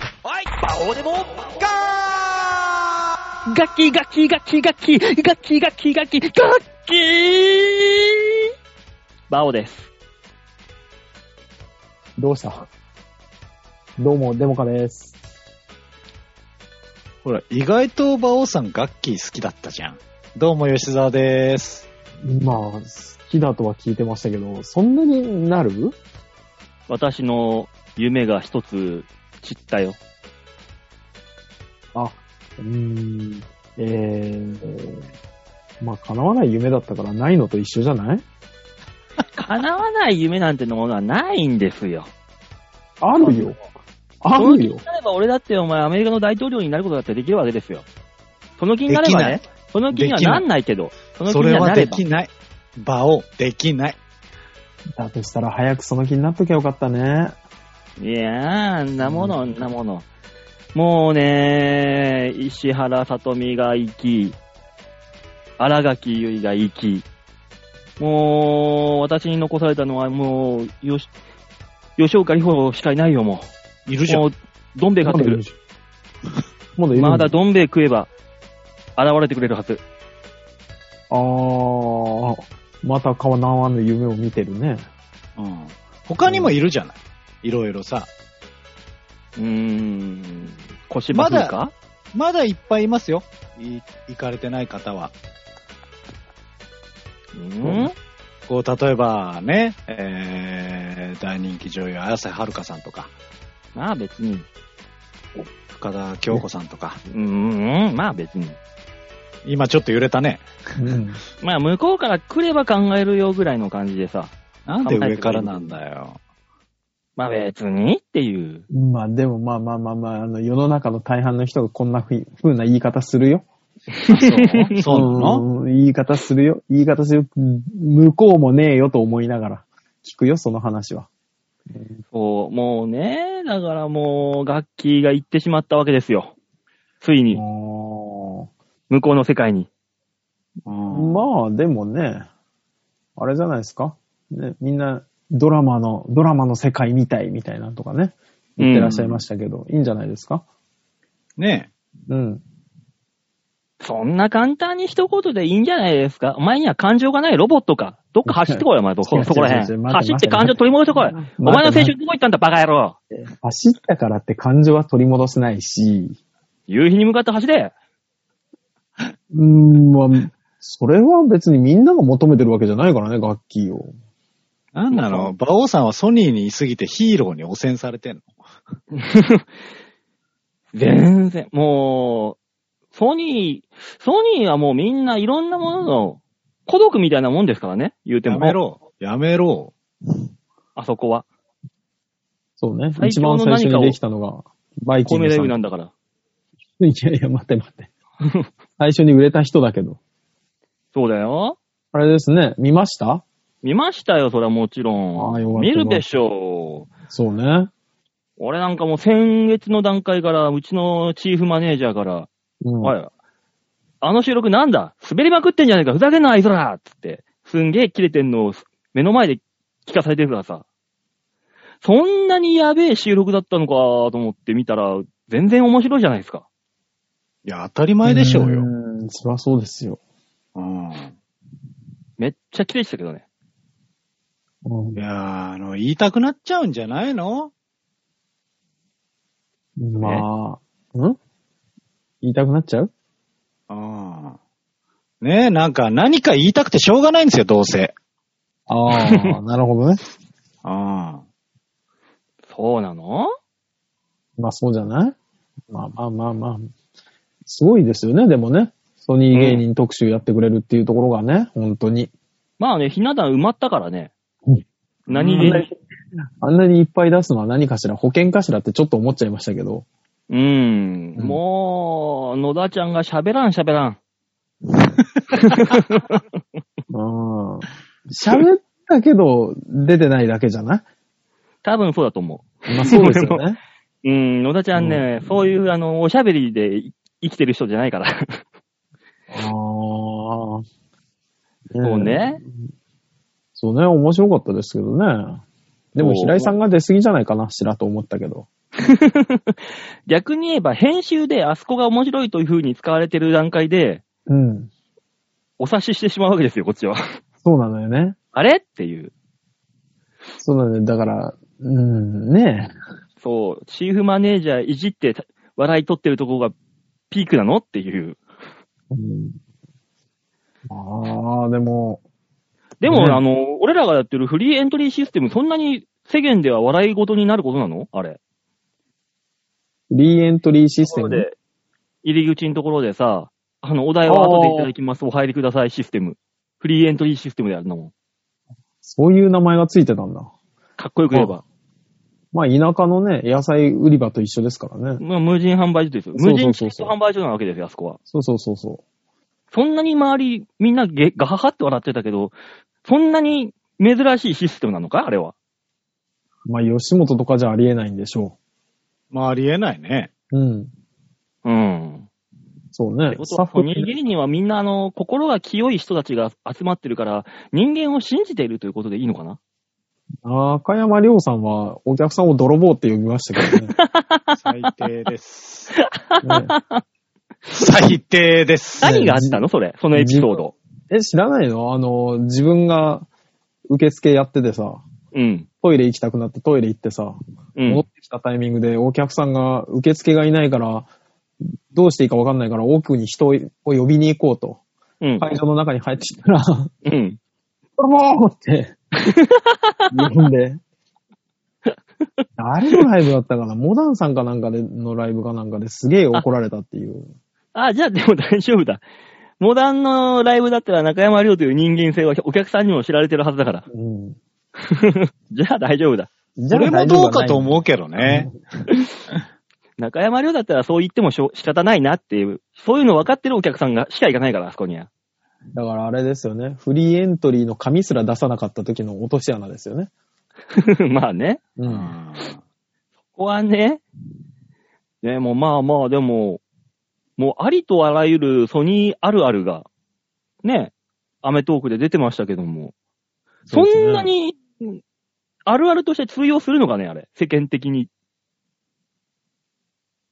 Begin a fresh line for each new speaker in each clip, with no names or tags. どうでもガー
ガキガキガキガキ、ガキガキガキ、ガッキーバオです。
どうしたどうも、デモカです。
ほら、意外と馬王さんガッキー好きだったじゃん。どうも吉沢です。
まあ、好きだとは聞いてましたけど、そんなになる
私の夢が一つ散ったよ。
うーん、えー、まあ、叶わない夢だったからないのと一緒じゃない
叶わない夢なんてのものはないんですよ。
あるよ。あ
その
る
気に
よ。
なれば俺だってお前アメリカの大統領になることだってできるわけですよ。その気になればね
で、
その気には
できない
なんないけど、その気
そ
に
れ
は
は
なれ
で
ば
き。ない。馬王、できない。
だとしたら早くその気になっときゃよかったね。
いやー、あんなもの、あんなもの。もうね、石原さとみが生き、荒垣結衣が生き、もう、私に残されたのはもう、よし、吉岡里帆しかいないよ、も。
いうるじゃ
も
ん。
う、どん兵衛買ってくる。
まだいる
ま
ん
だどん兵衛食えば、現れてくれるはず。
あー、また叶わぬ夢を見てるね。
うん。他にもいるじゃない。いろいろさ。
うーん、腰ば風か、
まだいっぱいいますよ。い行かれてない方は。
うん
こう、例えばね、えー、大人気女優、綾瀬はるかさんとか、
まあ別に。
深田恭子さんとか。
うーん、まあ別に。
今ちょっと揺れたね。
うん。
まあ向こうから来れば考えるよぐらいの感じでさ。
なんで上からなんだよ。
まあ別にっていう。
まあでもまあまあまあまあ、あの世の中の大半の人がこんなふい風な言い方するよ。
そうそうなの
うん言い方するよ。言い方する。向こうもねえよと思いながら聞くよ、その話は。
そう、もうね、だからもう、楽器が行ってしまったわけですよ。ついに、
お
向こうの世界に。
ーまあでもね、あれじゃないですか。ね、みんなドラマの、ドラマの世界みたいみたいなのとかね、言ってらっしゃいましたけど、いいんじゃないですか。
ね
うん。
そんな簡単に一言でいいんじゃないですか。お前には感情がないロボットか。どっか走ってこいよ、お前。どこ
違う違う
そこら
違う違
辺。
う待て
走って感情取り戻してこい。お前の青春どこ行ったんだ、バカ野郎。
走ったからって感情は取り戻せないし、
夕日に向かって走れ。
うーん、まあ、それは別にみんなが求めてるわけじゃないからね、楽器を。
え。なんなの馬王さんはソニーにいすぎてヒーローに汚染されてんの
全然、もう、ソニー、ソニーはもうみんないろんなものの孤独みたいなもんですからね、言うても。
やめろ。やめろ。
あそこは。
そうね。
最
一
強
番
の
最初
何かを
にできたのが、バイキ
コ
ン
メ
グ
レ
さ
ビ
ん。
なんだから。
いやいや、待って待って。最初に売れた人だけど。
そうだよ。
あれですね、見ました
見ましたよ、それはもちろ
あーよ
ん。
かった
見るでしょう。
そうね。
俺なんかもう先月の段階から、うちのチーフマネージャーから、
うん、
おい、あの収録なんだ滑りまくってんじゃねえかふざけんな、あいつらつって、すんげえ切れてんのを目の前で聞かされてるからさ。そんなにやべえ収録だったのかと思って見たら、全然面白いじゃないですか。
いや、当たり前でしょうよ。
ーん。そりゃそうですよ。
うん。
めっちゃ綺麗でしたけどね。
うん
いやーあの、言いたくなっちゃうんじゃないの
まあ、ん言いたくなっちゃう
うん。ねえ、なんか、何か言いたくてしょうがないんですよ、どうせ。
ああ、 なるほどね。
うん。
そうなの
まあそうじゃないまあまあまあまあ。すごいですよね、でもね。ソニー芸人特集やってくれるっていうところがね、本当に。
まあね、ひな壇埋まったからね
うん。
何
あんなに
で、
あんなにいっぱい出すのは何かしら、保険かしらってちょっと思っちゃいましたけど。
うん、
うん
もう、野田ちゃんが喋らん喋らん。
うん。喋ったけど、出てないだけじゃない
多分そうだと思
まあそうですよね。
う。うん、野田ちゃんね、そういう、あの、おしゃべりでい生きてる人じゃないから。
ああ。そ
そう。ね。
そうね、面白かったですけどね。でも
そう
平井さんが出過ぎじゃないかな、しらと思ったけど。
逆に言えば、編集であそこが面白いという風に使われてる段階で、
うん。
お察ししてしまうわけですよ、こっち は。
そうなのよね。
あれっていう。
そうなのよ。だから、うん、ね
そう、チーフマネージャーいじってた笑い取ってるとこがピークなのっていう。
え。うん、ああ、でも、
でも、
ね
あの、俺らがやってるフリーエントリーシステム、そんなに世間では笑い事になることなのあれ。
リーエントリーシステ
そう
ム。
で、入り口のところでさ、あの、お題は後でいただきます、お入りくださいシステム。フリーエントリーシステムであるのもん。
そういう名前がついてたんだ。
かっこよく言えば。
まあ、田舎のね、野菜売り場と一緒ですからね。
まあ、無人販売所ですよ。
そうそうそうそう
無人チケット販売所なわけですよ、あそこは。
そうそうそうそ
そんなに周り、みんなゲガハハって笑ってたけど、そんなに珍しいシステムなのかあれは。
う。まあ、吉本とかじゃありえないんでしょ
まあ、ありえないね。
う。うん。
うん。
そうね
って。こと
スタ
は、
ッフ
ソニー芸人はみんな、あの、心が清い人たちが集まってるから、人間を信じているということでいいのかな
赤山亮さんはお客さんを泥棒って呼びましたけどね。
最低 です。
ね
最低です。
何があったのそれ、そのエピソード。
え、知らないのあの、自分が受付やっててさ、
うん。
トイレ行きたくなってトイレ行ってさ、
う
戻
ん
っ。てきたタイミングでお客さんが受付がいないから、どうしていいかわかんないから奥に人を呼びに行こうと。
うん。
会場の中に入ってきたら、
うん。
泥棒って、呼んで。あれのライブだったかなモダンさんかなんかでのライブかなんかですげえ怒られたっていう。
あ、じゃあでも大丈夫だ。モダンのライブだったら中山亮という人間性はお客さんにも知られてるはずだから。
うん。
じゃあ大丈夫だ。
じ
それもどうかと
う。
思うけどね。
中山亮だったらそう言ってもしょ仕方ないなっていう、そういうの分かってるお客さんがしか行かないから、あそこには。
だからあれですよね。フリーエントリーの紙すら出さなかった時の落とし穴ですよね。
まあね。
う。
うんん
ここはね、でもまあまあ、でも、もうありとあらゆるソニーあるあるが、ね、アメトークで出てましたけども、そんなに、あるあるとして通用するのかね、あれ。世間的に。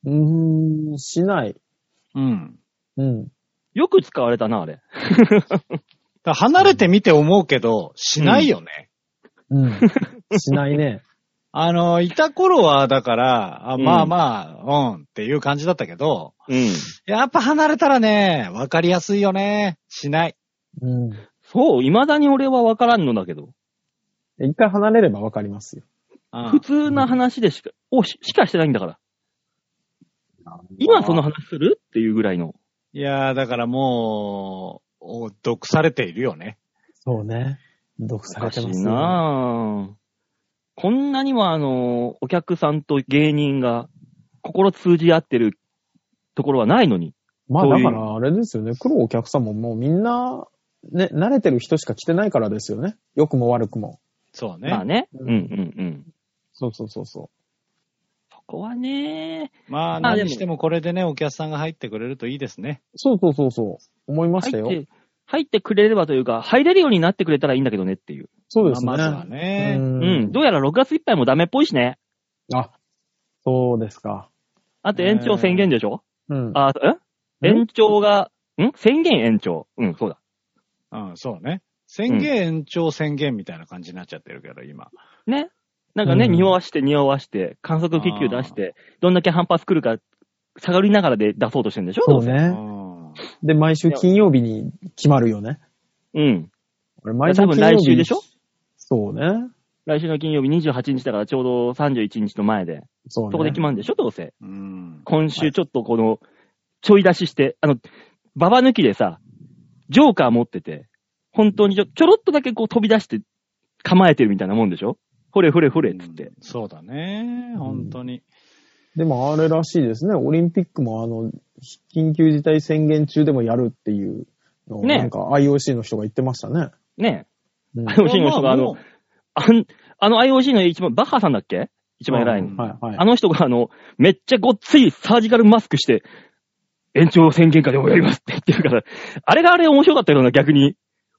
うーん、しない。
うん。
うん。
よく使われたな、あれ。
だから離れてみて思うけど、しないよね。
うん。しないね。
あの、いた頃は、だから、あ
うん
まあまあ、うん、っていう感じだったけど、
うん。
やっぱ離れたらね、わかりやすいよね。しない。
うん。
そう、未だに俺は分からんのだけど。
一回離れればわかりますよ。
うん
普通な話でしか、をししかしてないんだから。今その話するっていうぐらいの。
いやー、だからもう、お毒されているよね。
そうね。毒されて
お
ま
かし
す
い
ね、
なぁ。こんなにもあの、お客さんと芸人が心通じ合ってるところはないのに。
まあ
そう
だ
いう
からあれですよね。来るお客さんももうみんな、ね、慣れてる人しか来てないからですよね。良くも悪くも。
そうね。
まあね。うんうん
う
うん。
そうそうそうそ
そこはね、
まあ、
まあでも
何してもこれでね、お客さんが入ってくれるといいですね。
う。そうそうそうそう。思いました
入っ
よ。
て、入ってくれればというか、入れるようになってくれたらいいんだけどねっていう。
そうですね。
まあまずはね
う。
うんん。どうやら6月いっぱいもダメっぽいしね。
あ、そうですか。
あと延長宣言でしょ
うん。
あ、ん延長が、ん宣言延長。うん、そうだ。
うん、そうね。宣言延長宣言みたいな感じになっちゃってるけど、今。
ね。なんかね、
うん
匂わして匂わして、観測気球出して、どんだけ反発来るか探りながらで出そうとしてるんでしょ
そう。
う
ね。
ん。
で、毎週金曜日に決まるよね。
どうせうん。
俺、毎週
多
金曜
分
日。
来週でしょ
そうね。
来週の金曜日28日だからちょうど31日の前で、
そうね。
そこで決まるんでしょどうせ。
うん。
今週ちょっとこの、ちょい出しして、あの、ババ抜きでさ、ジョーカー持ってて、本当にちょちょろっとだけこう飛び出して構えてるみたいなもんでしょほれほれほれっつって
うん。そうだね。本当に。
でもあれらしいですね。オリンピックもあの、緊急事態宣言中でもやるっていうのを、
ね
なんか IOC の人が言ってましたね。
ね
う
え。
ん
IOC の人があ
ま
の
も、う
あんあの IOC の一番、バッハさんだっけ一番偉いの。
うん
はいはい。
あの人があの、めっちゃごっついサージカルマスクして、延長宣言下でもやりますって言ってるから、あれがあれ面白かったような、逆に。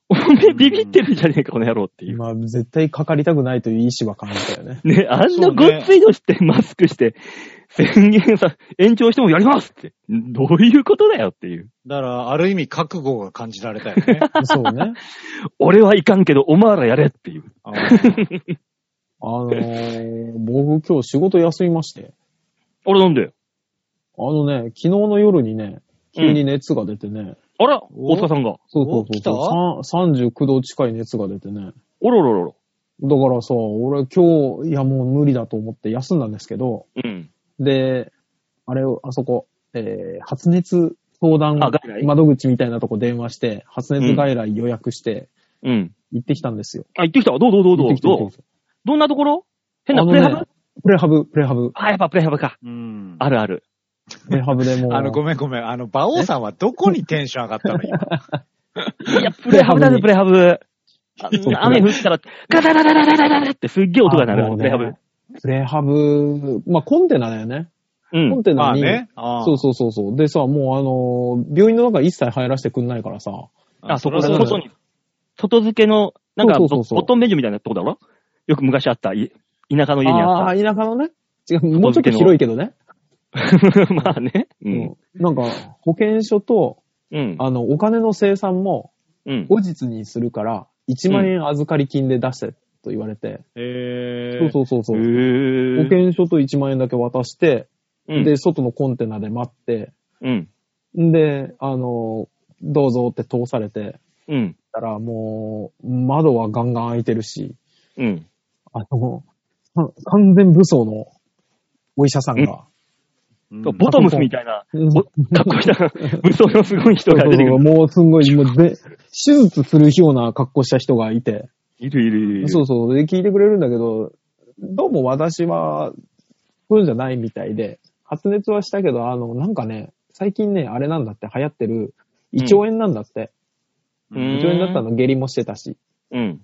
おめえビビってるんじゃねえか、この野郎っていう。
今、絶対かかりたくないという意思は感じ たよね。
ね、あんなごっついのして、マスクして、宣言さ、延長してもやりますって。どういうことだよっていう。
だから、ある意味覚悟が感じられたよね。
そうね。
俺はいかんけど、お前らやれっていう。
あー
あのー、僕今日仕事休みまして。
俺なんで
あのね、昨日の夜にね、急に熱が出てね。
あら
お
大塚さんが。
そうそう
お来
そうそう。さん39度近い熱が出てね。
おろろろろ。
だからさ、俺今日、いやもう無理だと思って休んだんですけど、
うん。
で、あれを、あそこ、えー、発熱相談
あ外来
窓口みたいなとこ電話して、発熱外来予約して
うん。
行ってきたんですよ。
あ、行ってきた。どうどうどうど
行っ
う
てきた行
ど
っ
う
てきた
どんなところ変な
あの
プ
ね
レハブ、
プレハブ、プレハブ、
あ、やっぱプレハブか。
うん。
あるある。
プレハブで もう。
あの、ごめんごめん。あの、馬王さんはどこにテンション上がったの今。
いや、プレハブだね、プレハブ。あ雨降ったら、ガタガタガタガタガタってすっげえ音が鳴
あ
る、
もう
プ
ね
レハブ。
プレハブ、まあコンテナだよね。
う
コン
ん。
テ
ま
ナ
あ
に、
ね。あー
そうそうそうそう。でさ、もうあのー、病院の中一切入らせてくんないからさ、
あ、そこ、
りゃ
だ
う
外に、外付けの、なんか、
そ
ボ
うそうそうそう
ボトンメジュみたいなとこだろよく昔あった、い田舎の家にあ
あ
っ
あー、田舎のね。違う、もうちょっと広いけどね。
た。まあね。う。
うんんなんか、保険証と、
うん。
あの、お金の生産も、
うん。
後日にするから、1万円預かり金で出せと言われて、
えー。
そうそうそうそう。
へー
保険証と1万円だけ渡して、
うん
で、外のコンテナで待って、
うん。
んで、あの、どうぞって通されて、
うん。
たらもう、窓はガンガン開いてるし、
うん。
あの、か完全武装のお医者さんが、
うん
ボトムスみたいな、
うん
おかっこいいな、武装のすごい人が出てく
そうそうそう
る。
もうすんごい、もうで、手術するような格好した人がいて、
いるいるいる。
そうそう、で、聞いてくれるんだけど、どうも私は、そういうんじゃないみたいで、発熱はしたけど、あの、なんかね、最近ね、あれなんだって、流行ってる、胃腸炎なんだって。
う
胃
ん
腸炎だったの、下痢もしてたし。
うん。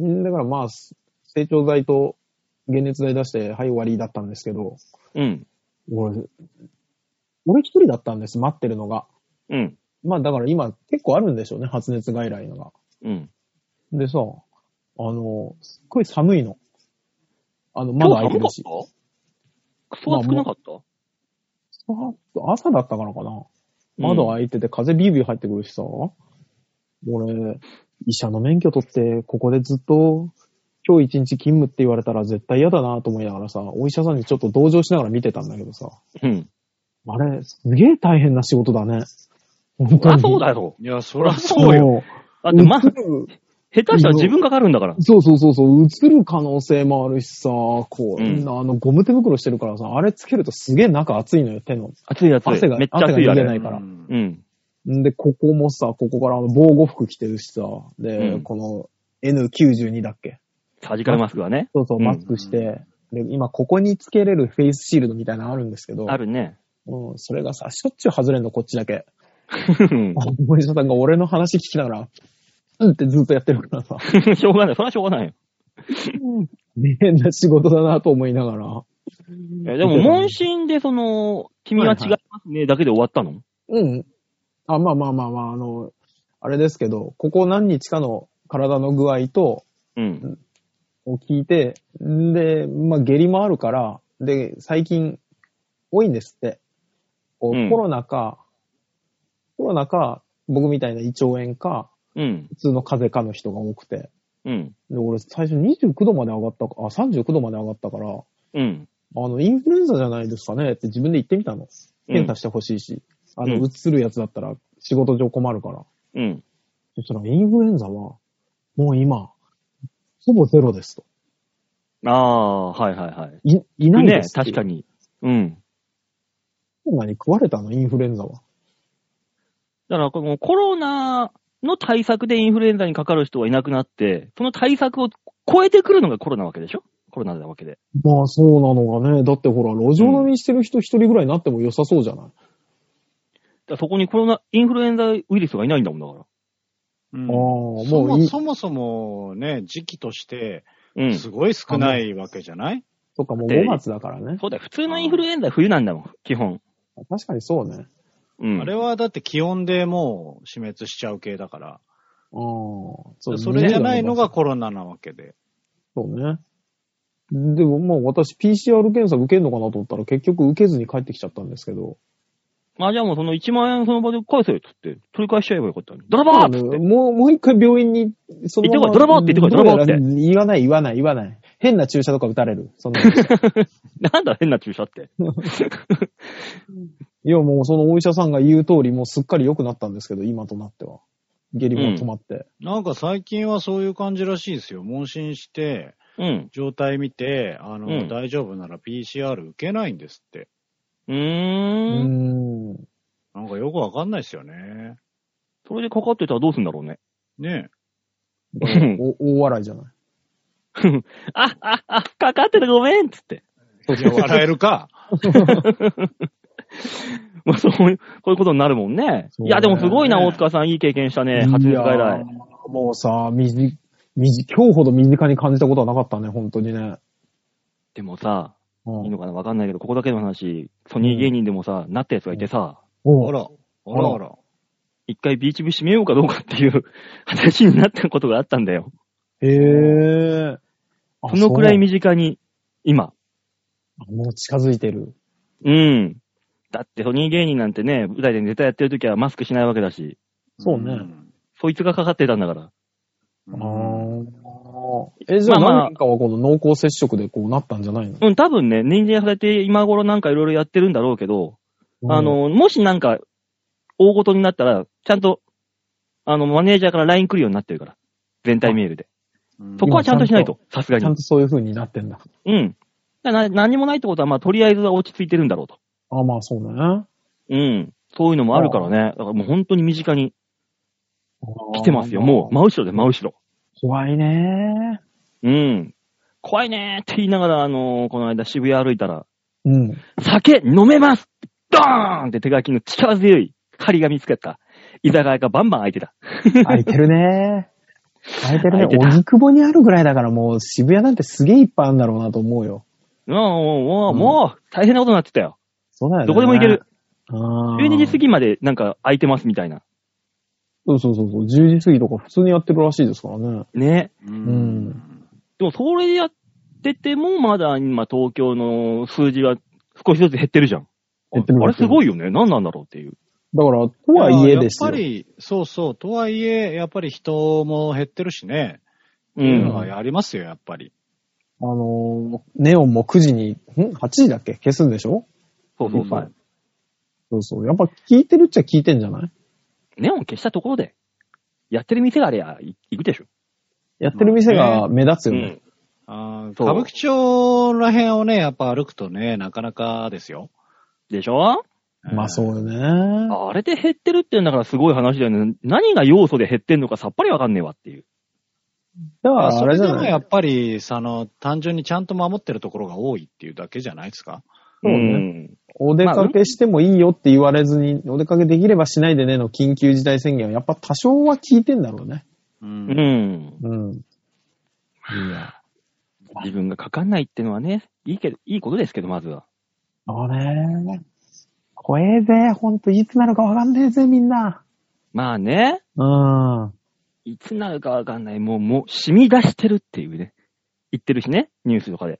んだからまあ、成長剤と解熱剤出して、はい、終わりだったんですけど、
うん。
俺、俺一人だったんです、待ってるのが。
うん。
まあだから今結構あるんでしょうね、発熱外来のが。
うん。
でさ、あの、すっごい寒いの。あの、窓開いてるし。
今日寒かったクソ暑くなかった、
朝だったからかな。窓開いてて風ビュービュー入ってくるしさ。俺、医者の免許取って、ここでずっと、今日一日勤務って言われたら絶対嫌だなと思いながらさ、お医者さんにちょっと同情しながら見てたんだけどさ。
うん。
あれ、すげえ大変な仕事だね。本
そ
当
りゃ
に。
そうだろ。
いや、そりゃそうよ。
よ。
だって、ま、
映
下
る
手したら自分かかるんだから。
そうそうそうそう、映る可能性もあるしさ、こう、あの、ゴム手袋してるからさ、あれつけるとすげえ中熱いのよ、手の。
暑い暑い。
汗が
めっちゃ暑いあ
汗が逃げな
れ。
いから
うん
うん。
んで、ここもさ、ここからあの防護服着てるしさ、で、
うん
この N92 だっけ
サジカルマスクはね。
そうそう、
うん
マスクして、で、今ここにつけれるフェイスシールドみたいなのあるんですけど、
あるね。
うん、それがさ、しょっちゅう外れんの、こっちだけ。
うん
あ森下さんが俺の話聞きながら、うんってずっとやってるからさ、
しょうがない。それはしょうがないよ。
大変な仕事だなと思いながら、
えでも、問診で、その、君は違いますね、だけで終わったの
うん。あ、まあまあまあまあ、あの、あれですけど、ここ何日かの体の具合と、
うん。
を聞いて、んで、まあ下痢もあるから、で、最近、多いんですって。こう
うん
コロナか、コロナか、僕みたいな胃腸炎か、
うん。
普通の風邪かの人が多くて。
うん。
で、俺最初29度まで上がったか、あ、39度まで上がったから、
うん。
あの、インフルエンザじゃないですかねって自分で言ってみたの。検査してほしいし、あの、
うん
うつるやつだったら仕事上困るから。
うん。
そしたらインフルエンザは、もう今、ほぼゼロですと。
ああ、はいはいはい。
い、いない
ね
で、す。
確か
に。
に。うん。
コロナに食われたの、インフルエンザは。
だから、このコロナの対策でインフルエンザにかかる人はいなくなって、その対策を超えてくるのがコロナなわけでしょコロナなわけで。
まあそうなのがね。だってほら、路上飲みしてる人一人ぐらいになっても良さそうじゃない、
だからそこにコロナ、インフルエンザウイルスがいないんだもんだか
うん
ああ、も
そうも
いい。
そもそもね、時期として、
ら。うん。
すごい少ないわけじゃない、
そっか、もう5月だからね。
そうだよ。普通のインフルエンザは冬なんだもん、基本。
確かにそうね。
うん。
あれはだって気温でもう死滅しちゃう系だから。
ああ、そ
それじゃないの。がコロナなわけで。
そうね。でもまあ私 PCR 検査受けるのかなと思ったら結局受けずに帰ってきちゃったんですけど。
まあじゃあもうその1万円その場で返せよっつって、取り返しちゃえばよかったのに。ドラバー
あ
っつって。
もう、もう一回病院に、そまま
行ってこいドラバーって言ってこいドラバーって
どうやら言わない言わない言わない。変な注射とか打たれる。その、い
なんだ変な注射って。
やもうそのお医者さんが言う通りもうすっかり良くなったんですけど、今となっては。下痢も止まって。
なんか最近はそういう感じらしいですよ。問診して、
うん。
状態見て、あの、
うん
大丈夫なら PCR 受けないんですって。
う
う
ーん。
ん。
なんかよくわかんないですよね。
それでかかってたらどうすんだろうね。
ね
うん
お大笑いじゃない。
あ、あ、あ、かかってたごめんっつって。
え。いや、笑えるか。
まあそういう、こういうことになるもんね。
そうね
いやでもすごいな、大塚さん。いい経験したね。発熱外
いや
来。
ーもうさ、みじ、みじ、今日ほど身近に感じたことはなかったね、本当にね。
でもさ、
うん
いいのかなわかんないけど、ここだけの話、ソニー芸人でもさ、なったやつがいてさ、
おう
あら、あらあら。
一回ビーチ部閉めようかどうかっていう 話になったことがあったんだよ。
へえ。あ
そのくらい
そう
身近に、今。
もう近づいてる。
うん。だってソニー芸人なんてね、舞台でネタやってるときはマスクしないわけだし、
そうね
ん
そいつがかかってたんだから。
あ
うん
ーえ、じゃあ
まあまあ
何かはこの濃厚接触でこうなったんじゃないの
うん、多分ね、年齢されて今頃なんかいろいろやってるんだろうけど、あ、
うん
の、もしなんか、大ごとになったら、ちゃんと、あの、マネージャーから LINE 来るようになってるから。全体メールで。
うん
そこはちゃんとしないと、さすが
ち
に
ゃん。とそういう風になってんだ。
うん。だな何もないってことは、まあ、とりあえずは落ち着いてるんだろうと。
あ、まあそうね。
うん。そういうのもあるからね。だからもう本当に身近に来てますよ。もう、
ま、
真後ろで真後ろ。
怖いね。
うん。怖いねーって言いながら、あのーこの間渋谷歩いたら、
うん。
酒飲めますドーンって手書きの力強い針が見つかった。居酒屋がバンバン開いてた。
空いてるね。空いてる
空
ね
いて。た
荻窪にあるぐらいだからもう渋谷なんてすげえいっぱいあるんだろうなと思うよ。
うん、もう、もう、大変なことになってたよ。
そうだよね。
どこでも行ける。。
ああ。
12時過ぎまでなんか空いてますみたいな。
そうそうそうそう。10時過ぎとか普通にやってるらしいですからね。
ね。
うん。
でも、それでやってても、まだ今、東京の数字は少しずつ減ってるじゃん。
減ってる
あれ
減って
す
る
ごいよね。何なんだろうっていう。
だから、とはいえです
や
よ。
っぱり、そうそう、とはいえ、やっぱり人も減ってるしね。
う
っていうの
ん。
はありますよ、やっぱり。
あのー、ネオンも9時に、ん ?8 時だっけ消すんでしょ
そうそうそ。
はいうそうそう。やっぱ聞いてるっちゃ聞いてんじゃない
ネオン消したところで、やってる店があれや、い行くでしょ。
やってる店が目立つよね。
あー
そう
歌舞伎町ら辺をね、やっぱ歩くとね、なかなかですよ。
でしょ
まあそうよね。
あれで減ってるって言うんだからすごい話だよね。何が要素で減ってんのかさっぱりわかんねえわっていう。
だか
まあ
らあ
そ
れ
れ
じ
で
ゃ
も
な
や
い
っぱり、その、単純にちゃんと守ってるところが多いっていうだけじゃないですか。
そうね
ん。
お出かけしてもいいよって言われずに、お出かけできればしないでねの緊急事態宣言はやっぱ多少は聞いてんだろうね。
う。
うんん。
うん。
自分がかかんないってのはね、いいけど、いいことですけど、まずは。
あれ怖えぜ。ほんと、いつなるかわかんねえぜ、みんな。
まあね、
うん。
いつなるかわかんない。もう、もう、染み出してるっていうね。言ってるしね、ニュースとかで。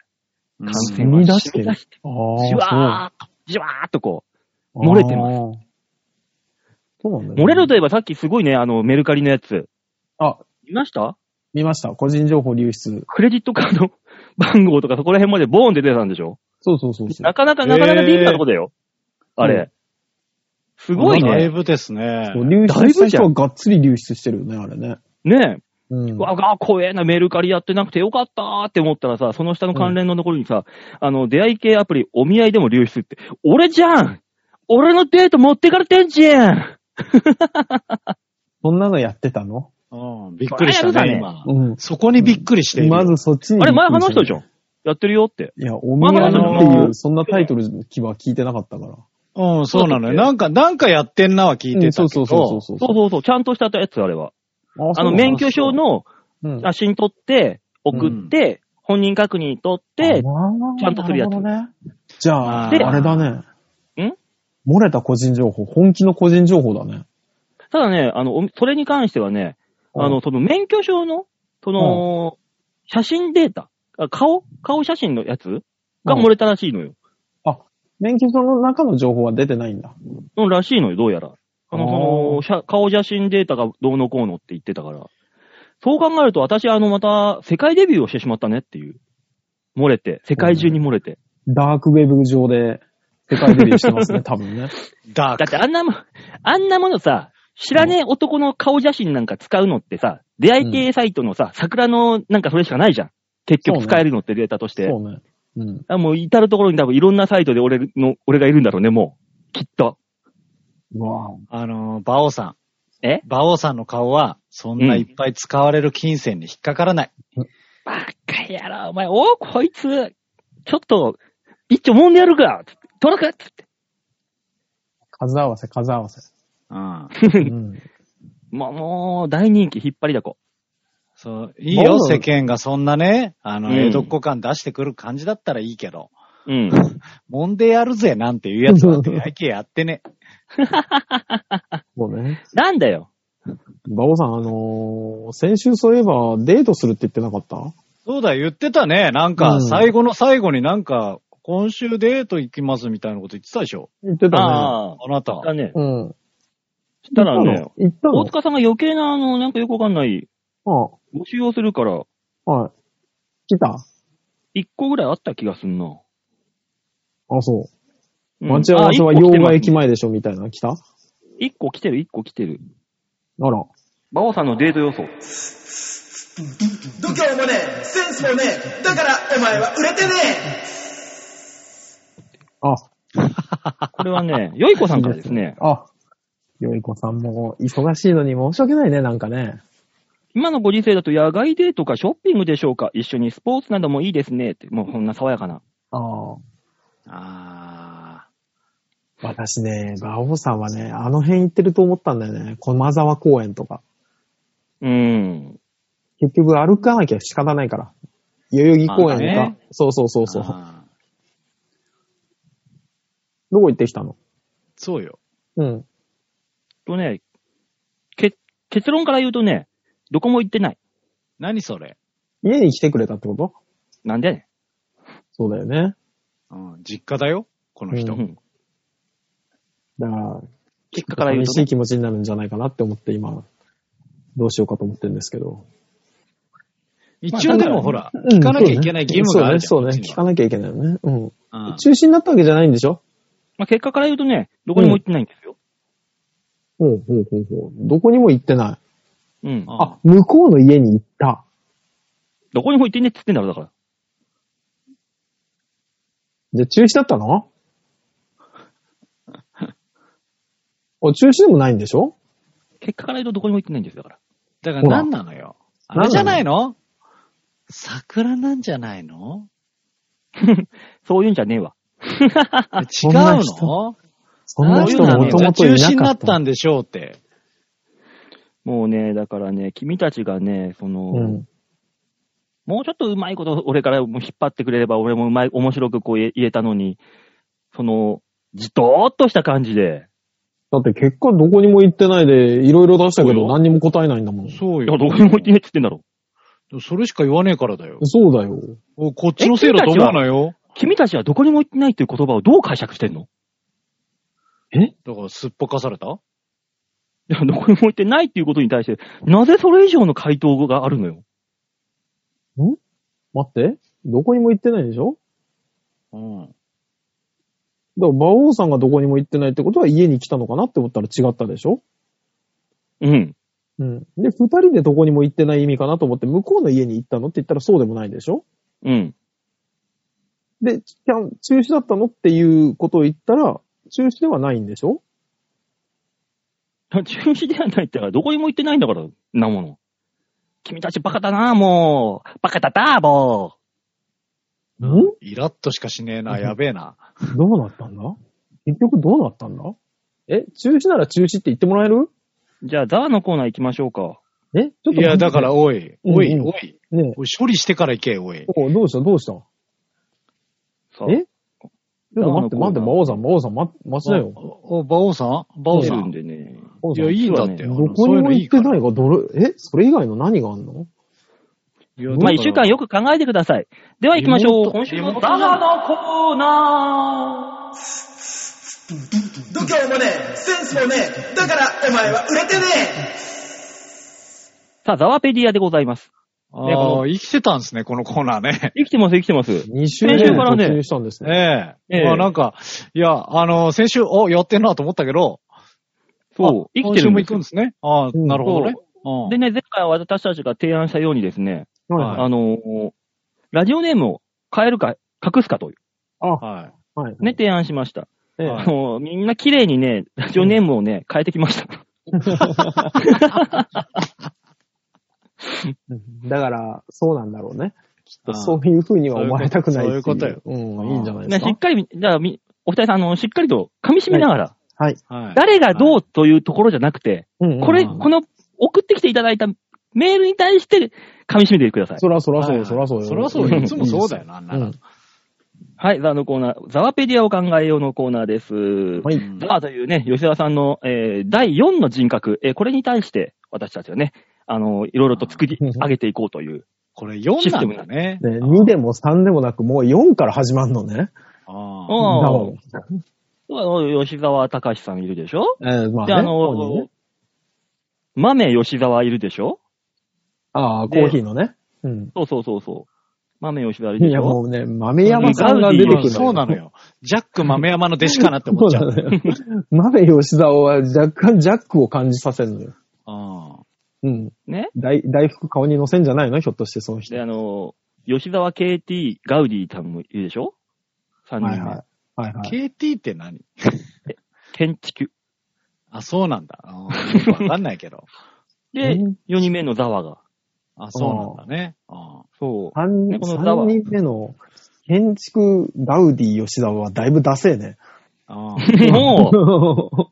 感染は
染み出して
染み
る
出
あ
し
あ
じわーっと、じわーっとこう、漏れてます。
す。そうなんだよね
漏れるといえばさっきすごいね、あの、メルカリのやつ。
あ、
見ました
見ました。個人情報流出。
クレジットカード 番号とかそこら辺までボーンって出てたんでしょ
そうそうそうそう。
なかなか、なかなかディープなとこだよ。あ
う
れ。すごい
だい
ね。
ぶですね。
流
だ
出
い
した
ぶじゃ
人
ん
はがっつり流出してるよね、あれね。
ねえ。
うん。
わが、怖えな、メルカリやってなくてよかったーって思ったらさ、その下の関連のところにさ、あの、出会い系アプリ、お見合いでも流出って、俺じゃん俺のデート持ってかれてんじゃん
そんなのやってたの
うん。びっくりしたね、
それは
今。
うん。
そこにびっくりしている。
まずそっちに。
あれ、前話したじゃん。やってるよって。
いや、お見合い
まあ
っ
まあ
て
ま
い
あ
う、そんなタイトルの気は聞いてなかったから。
うん、そうなのよ。なんか、なんかやってんなは聞いてたけど。
うんそうそうそうそう
そうそうそう、ちゃんとしたやつ、あれは。
そう。
あの、免許証、の
うん、
写真撮って、送って、本人確認撮って、ちゃんとするやつ
なほどね。じゃあ、
で
あれだね。
ん
漏れた個人情報、本気の個人情報だね。
ただね、あの、おそれに関してはね、あの、その免許証の、その、写真データ、あ顔顔写真のやつが
うん
漏れたらしいのよ。
免許証の中の情報は出てないんだ。
うん、らしいのよ、どうやら。あの、
あー
その写、顔写真データがどうのこうのって言ってたから。そう考えると、私、あの、また、世界デビューをしてしまったねっていう。漏れて、世界中に漏れて。
ダークウェブ上で世界デビューしてますね、多分ね。
ダ
だ
ー
っ
ク
て、。あんなもん、あんなものさ、知らねえ男の顔写真なんか使うのってさ、出会い系サイトのさ、桜のなんかそれしかないじゃん。結局使えるのってデータとして。
そうね。うん。
あもう至るところに多分いろんなサイトで俺の、俺がいるんだろうね、もう。きっと。
うわぁ。
あのー、馬王さん。
え
馬王さんの顔は、そんないっぱい使われる金銭に引っかからない。
バカやろ、お前、おこいつ、ちょっと、一丁揉んでやるか、つって取らか、つって。
数合わせ、数合わせ。
うん。
うん。
もう、もう、大人気、引っ張りだこ。
そう、いいよ、
馬王
世間がそんなね、あ
う
の、
ん
江戸っ子感出してくる感じだったらいいけど、
うん。
揉んでやるぜ、なんていうやつは、出会い系やってね。
そうね。
なんだよ。
馬王さん、あのー先週そういえばデートするって言ってなかった
そうだ、言ってたね。なん
う
か、
ん
最後の最後になんか、今週デート行きますみたいなこと言ってたでしょ
言ってたね。
あ
あなた
あ。。だね。
うん。
そしたらね、
行ったの
大塚さんが余計な、あの、なんかよくわかんない、
あ
募集をするから、
はい。来た
一個ぐらいあった気がすんな。
あ、そう。
うん
待ち合わせは
あ一
洋
個来てま
画
す
駅前でしょみたいな。来たあ
一個来てる、一個来てる。
ら。
馬王さんのデート予想。
度胸もねえセンスもねえだからお前は売れてね
あ、
これは ね、よいこさんからですね。
あ、よいこさんも忙しいのに申し訳ないね、なんかね。
今のご時世だと野外デートかショッピングでしょうか一緒にスポーツなどもいいですね。って、もうこんな爽やかな。
ああ。
あ
私ね、馬王さんはね、あの辺行ってると思ったんだよね。駒沢公園とか。
うーん。
結局歩かなきゃ仕方ないから。代々木公園と
まあ
か
ね。
そうそうそう
ー
そう。
あー
どこ行ってきたの
そうよ。
うん。
とね、け、結論から言うとね、どこも行ってない。
何それ、
家に来てくれたってこと
なんでね。
そうだよね。
うん、実家だよ、この人。
う
うん。
だから、
結果から言う
寂
と
し
ね、
い気持ちになるんじゃないかなって思って今、どうしようかと思ってるんですけど。
一応でもほら、聞かなきゃいけない義務があるじゃん。
そうね、そうね。聞かなきゃいけないよね。うん。
うん
中止になったわけじゃないんでしょ
まあ、結果から言うとね、どこにも行ってないんですよ。
ほうほうほうほう。どこにも行ってない。
うん。
あ
あ、向こうの家に行った。
どこにも行ってねって言ってんだろ、だから。
じゃあ中止だった のあ、中止でもないんでしょ
結果から言うとどこにも行ってないんですよ、だから。
だから
ほら
何なのよ。あれじゃないの桜なんじゃないの
そういうんじゃねえわ。
違
そんな
う
人
の
そんな人
そういう
も
の
と
じゃあ
もと
中
いなかった。
止になったんでしょうって。
もうね、だからね、君たちがね、その、
うん。
もうちょっとうまいこと俺からも引っ張ってくれれば、俺もうまい、面白くこう言え言えたのに、その、じとーっとした感じで、
だって結果どこにも行ってないで、いろいろ出したけ
そう
ど
よ
何にも答えないんだもん。
そう
いや、どこにも行ってねえって言ってんだろ。
それしか言わねえからだよ。
そうだよ。
おこっちのせいだと思うのよ。
君たちはどこにも行ってないっていう言葉をどう解釈してんの い
だからすっぽかされた
や、どこにも行ってないっていうことに対して、なぜそれ以上の回答があるのよ。
待って。どこにも行ってないでしょ
うん。
だから、馬王さんがどこにも行ってないってことは家に来たのかなって思ったら違ったでしょ
うん。
うん。で、二人でどこにも行ってない意味かなと思って、向こうの家に行ったのって言ったらそうでもないでしょ
うん。
で、キャン、中止だったのっていうことを言ったら、中止ではないんでしょ
中止ではないって言ったら、どこにも行ってないんだから、なもの。君たちバカだな、もう。バカだな、も
ん
イラッとしかしねえ
う
な、
ん
やべえな。
どうなったんだ結局どうなったんだえ、中止なら中止って言ってもらえる
う。じゃあ、ザワのコーナー行きましょうか。
えちょっ
い
と。
や、だから、
ね
おい、
うん
おい、
うん
おい、
え、
おい処理してから行け、おい。
おどうしたどうしたち
さ
ょえっと待って
どうなの
待って、馬王さん、馬王さん、ま待ちなよ。
お、お馬王さん馬王さ
るん
ん。
でね。
そう
い
そう
や、いいんだって。
ど
あの
こ
そうい
に
う
も
のい
行
い
って
から
ないが、どれ、えそれ以外の何があんの
いや
まあ一週間よく考えてください。では行きましょう。
リモート
今週
リ
の
モート
バカのコーナ
度胸もねえセンスもねえだからお前は売れて
ー。
ね
さあ、ザワペディアでございます。ねこ。
ああ、生きてたんですね、このコーナーね
生きてます、生きてます。
?2 週目
先週
に
からね
突入したんですね。
ええ
ええ
まあなんか、いや、あの、先週、お、やってんなと思ったけど、
そう、
あ
生きてるん
今
で
週も行
す
くん
よ。
ですね。ああ、
うん
なるほどね。うん
でね、前回私たちが提案したようにですね、
はい
は
はいい。
あのーラジオネームを変えるか、隠すかという、
はい。
はい。
ね、提案しました。
ええ
は
あのーみんな綺麗にね、ラジオネームをね、変えてきました。
うんだから、そうなんだろうね。きっ
あ
と
あ
そういうふうには思われたくないって
そういうこ
ううん、いいんじゃないで
ね、
すか
しっ。かり、じゃあ、みお二人さん、あの、しっかりと噛み締めながら、
はい。
はい。
誰がどうというところじゃなくて、
うんうん
これ、
うん
この、送ってきていただいたメールに対して、噛み締めてください。
そらそらそう
はい
よ、そらそうよ。
そらそうよ。いつもそうだよ
ね。
な、あんな
う
の
ん。
はい、ザのコーナー、ザワペディアを考えようのコーナーです。
はい。
うん
ザワというね、吉沢さんの、えー第4の人格、えーこれに対して、私たちはね、あの、いろいろと作り
うん
上げていこうと いう。
これ4なんだね。
ね、2でも3でもなく、もう4から始まるのね。
あ
う
だ
あ
も
ん
ん。
あの吉沢隆さんいるでしょ
えー、まあ、
で、
ね。
あ
ここに
の
ね、
豆吉沢いるでしょ
ああ、コーヒーのね。うん。
そうそうそうそう。豆吉沢いるで
い
し
や、
ょ
もうね、豆山さんが出てくるのよ
そうなのよ。ジャック豆山の弟子かなって思
そ
っ
う
ちゃ
な
う。
のよ。 豆吉沢は若干ジャックを感じさせるのよ。
あ
うん。
ね。
大、大福顔に乗せんじゃないのひょっとしてその人。
で、あ
はい
の、吉沢 KT、ガウディさんもいるでしょ ?3 人
は
目、
い。はいはい。
KT って何
建築。
あ、そうなんだ。あーよくわかんないけ ど。
で、
うん
4人目のザワが。
あ、そうなんだね。あ
そう。
三
ねこのザワ
三人目の建築ガウディ吉沢はだいぶダセえね。
あ。
も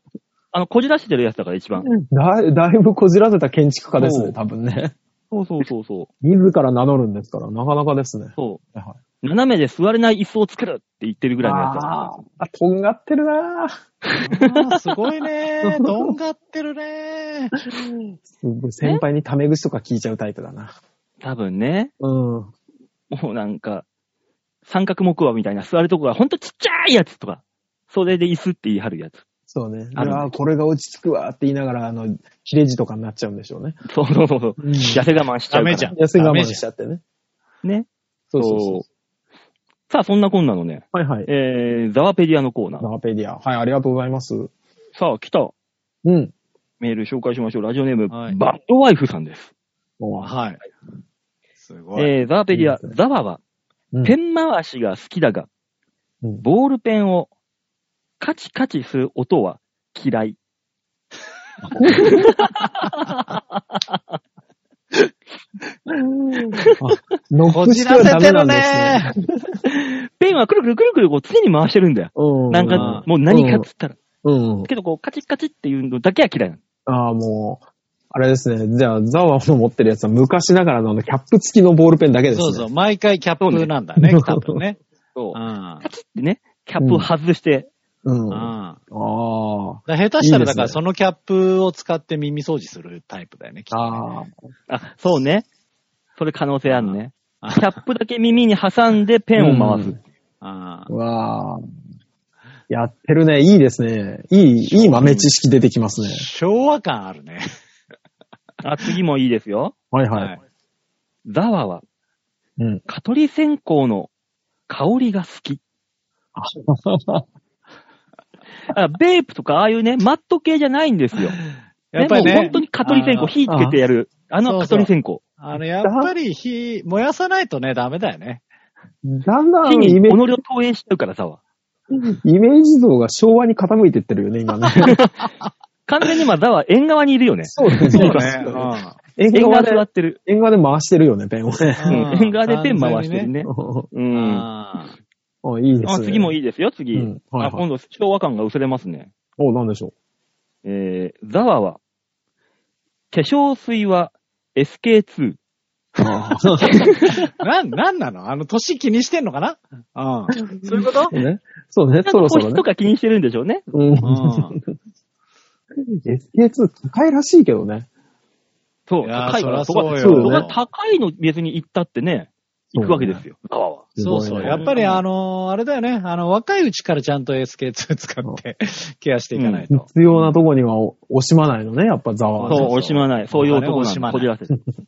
う、あの、こじらしてるやつだから一番。
だいだいぶこじらせた建築家です
そう
ね、多分ね。
そうそうそうそう。
自ら名乗るんですから、なかなかですね。
そ
は
う。斜めで座れない椅子を作るって言ってるぐ
い、
らいのやつだから
ああ、とんがってるな
あーすごいね。 どんがってるね。
すごい先輩にタメ口とか聞いちゃうタイプだな。
多分ね、
うん。
もうなんか、三角木馬みたいな座るとこがほんとちっちゃいやつとか、それで椅子って言い張るやつ。
そうね。
あ
あ
る
あーこれが落ち着くわって言いながら、あの、切れ字とかになっちゃうんでしょうね。
そうそうそうそう。
うん
痩せ我慢しちゃうから。
ダメじゃん
安い我慢しちゃってね。
ね。
そうそうそう
さあ、そんなこんなのね、
はいはい。
えー、ザワペディアのコーナー。
ナーペディア。はい、ありがとうございます。う
さあ、来た
ん。
メール紹介しましょう。ラジオネーム、
はい
バッドワイフさんです。
もう
はい。すごい。
えー、ザワペディア、
いいですね
ザワは、
うん
ペン回しが好きだが、
うん
ボールペンをカチカチする音は嫌い。
あノ
こ
ック
じ
して
ら
はダ
せ
メな
てる
んですね。
ね。
ペンはくるくるくるくるこう常に回してるんだよ。
う
なんか、もう何かっつったら。
うん。
けどこうカチカチっていうのだけは嫌いなの。
ああ、もう、あれですね。じゃあ、ザワの持ってるやつは昔ながらのあのキャップ付きのボールペンだけですね。
そうそう。毎回キャップなんだね。多分ね。
そうう。
ん。
カチってね、キャップを外して、
うん。
うん。
あ
だか
あ。
ら下手したら、
いいで
だから
すね
そのキャップを使って耳掃除するタイプだよね、きっとね
ああ。
あ、そうね。それ可能性あるね。
あ
キャップだけ耳に挟んでペンを回す。
あ
うわあ。やってるね。いいですね。いい、いい豆知識出てきますね
ー。昭和感あるね。
あ、次もいいですよ。
はいはい。
はい。
ザワは、
うん。
蚊取り線香の香りが好き。あベープとかああいうね、マット系じゃないんですよ。
やっぱ
ねも
り
う
ね
本当。に蚊取り線香、
あー
火つけてやる。あの
そう
蚊
そう
取り線香。
あの、やっぱり火、燃やさないとね、ダメだよね。
だんだん
火に
イ
己
メ
を
ー
投影しちゃうからさ。
ジ、イメージ像が昭和に傾いてってるよね、今ね。
完全に今、ザワ縁側にいるよね。
そうです
そう
確
ね。
かに
縁
縁
側
側
で
で
座、ってる。
縁側で回してるよね、ペンをね。
うん縁側でペン回してる。 ね。
う
うんん。
あ
んいいです
あ、
ね。
次も
い。
いいですよ、次。
うんはいはい
あ今度、昭和感が薄れますね。
お、なんでしょ
えー、ザワは、化粧水は SK2。
う。あ
ーなん、なんなのあの、年気にしてんのかなうん。そういうこと
あねそうね、
なん
そ
か
ろそ
保湿
ろね
と。か気にしてるんでしょうね。
うん。
うん。
SK2 高いらしいけどね。
そう、
いやー
高いから、
そ
そ
ら
こ
そう
が、
よ
そこが高いの別に行ったってね、行くわけですよ、川は。
そうそう。やっぱりあのーあれだよね。あの、若いうちからちゃんと SK2 使って、ケアしていかないと。
必要なとこにはお惜しまないのね、やっぱざわ
そう
そ
そう
う、惜しまない。そういう男
お金を惜
な
し
ん
まな
だ。
い
こじらせ て。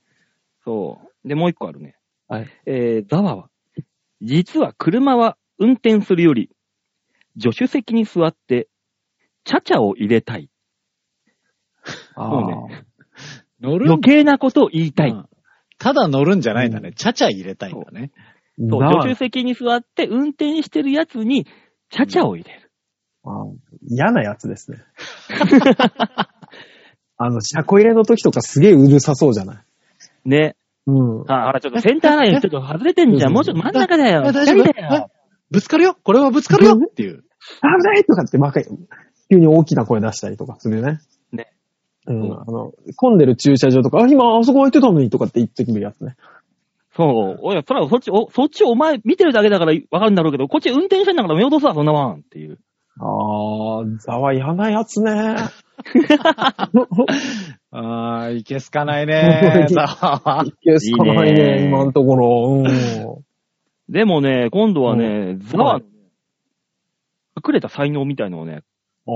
そう。で、もう一個あるね。
はい。
えー、ザワは、実は車は運転するより、助手席に座って、チャチャを入れたい。
ああ
乗るん
余計なことを言いたい。
うんただ乗るんじゃないんだね。ちゃちゃ入れたいんだね。
そう、
ざわ
助手席に座って運転してるやつに、チャチャを入れる。
あー嫌なやつですね。 あの、車庫入れの時とかすげえうるさそうじゃない
ね。
うん。
あ、あら、ちょっとセンターラインちょっと外れてんじゃん。もうちょっと真ん中だよ。
あ大丈
二
夫
人だよ
あぶつかるよこれはぶつかるよっていう。
危ないとかって、まか、急に大きな声出したりとかするね。
ね。
うん。あの、混んでる駐車場とか、あ、今、あそこ空いてたのにとかって言ってくるやつね。
そう。おい、そら、そっち、お、そっちお前見てるだけだからわかるんだろうけど、こっち運転してんだから見落とすわ、そんなもんっていう。
ああ、ざわ嫌なやつね。。
あー、いけすかないねざわはい
けすかない
いいね
ね、今のところ。うん。
でもね、今度はね、ザワ、隠れた才能みたいのをね、
あ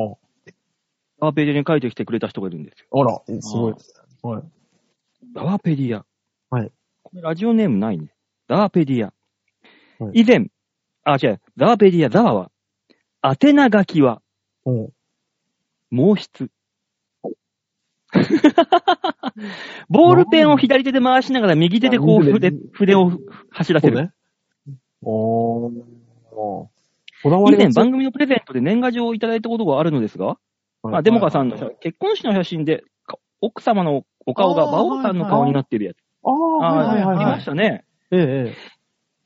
ザワペディに書いてきてくれた人がいるんですよ。
あら、すごい。はい。
ザワペディア。
はい。
これラジオネームないね。ザワペディア。
はい
以前、あ、違う、ザワペディア、ザワは、宛名書きは、
うん。
毛 筆。ボールペンを左手で回しながら右手でこう筆筆を走ら
そ
せ
う
る。
ね。おー。こだわ
以
りが
前
強い
番組のプレゼントで年賀状をいただいたことがあるのですが、まあ、デモカさんの結婚式の写真でか奥様のお顔が
あー
馬王さんの顔になっているやつ。
ああ、はい
あ
は
あ
い
り
は
ま
い。
したね。
ええええ。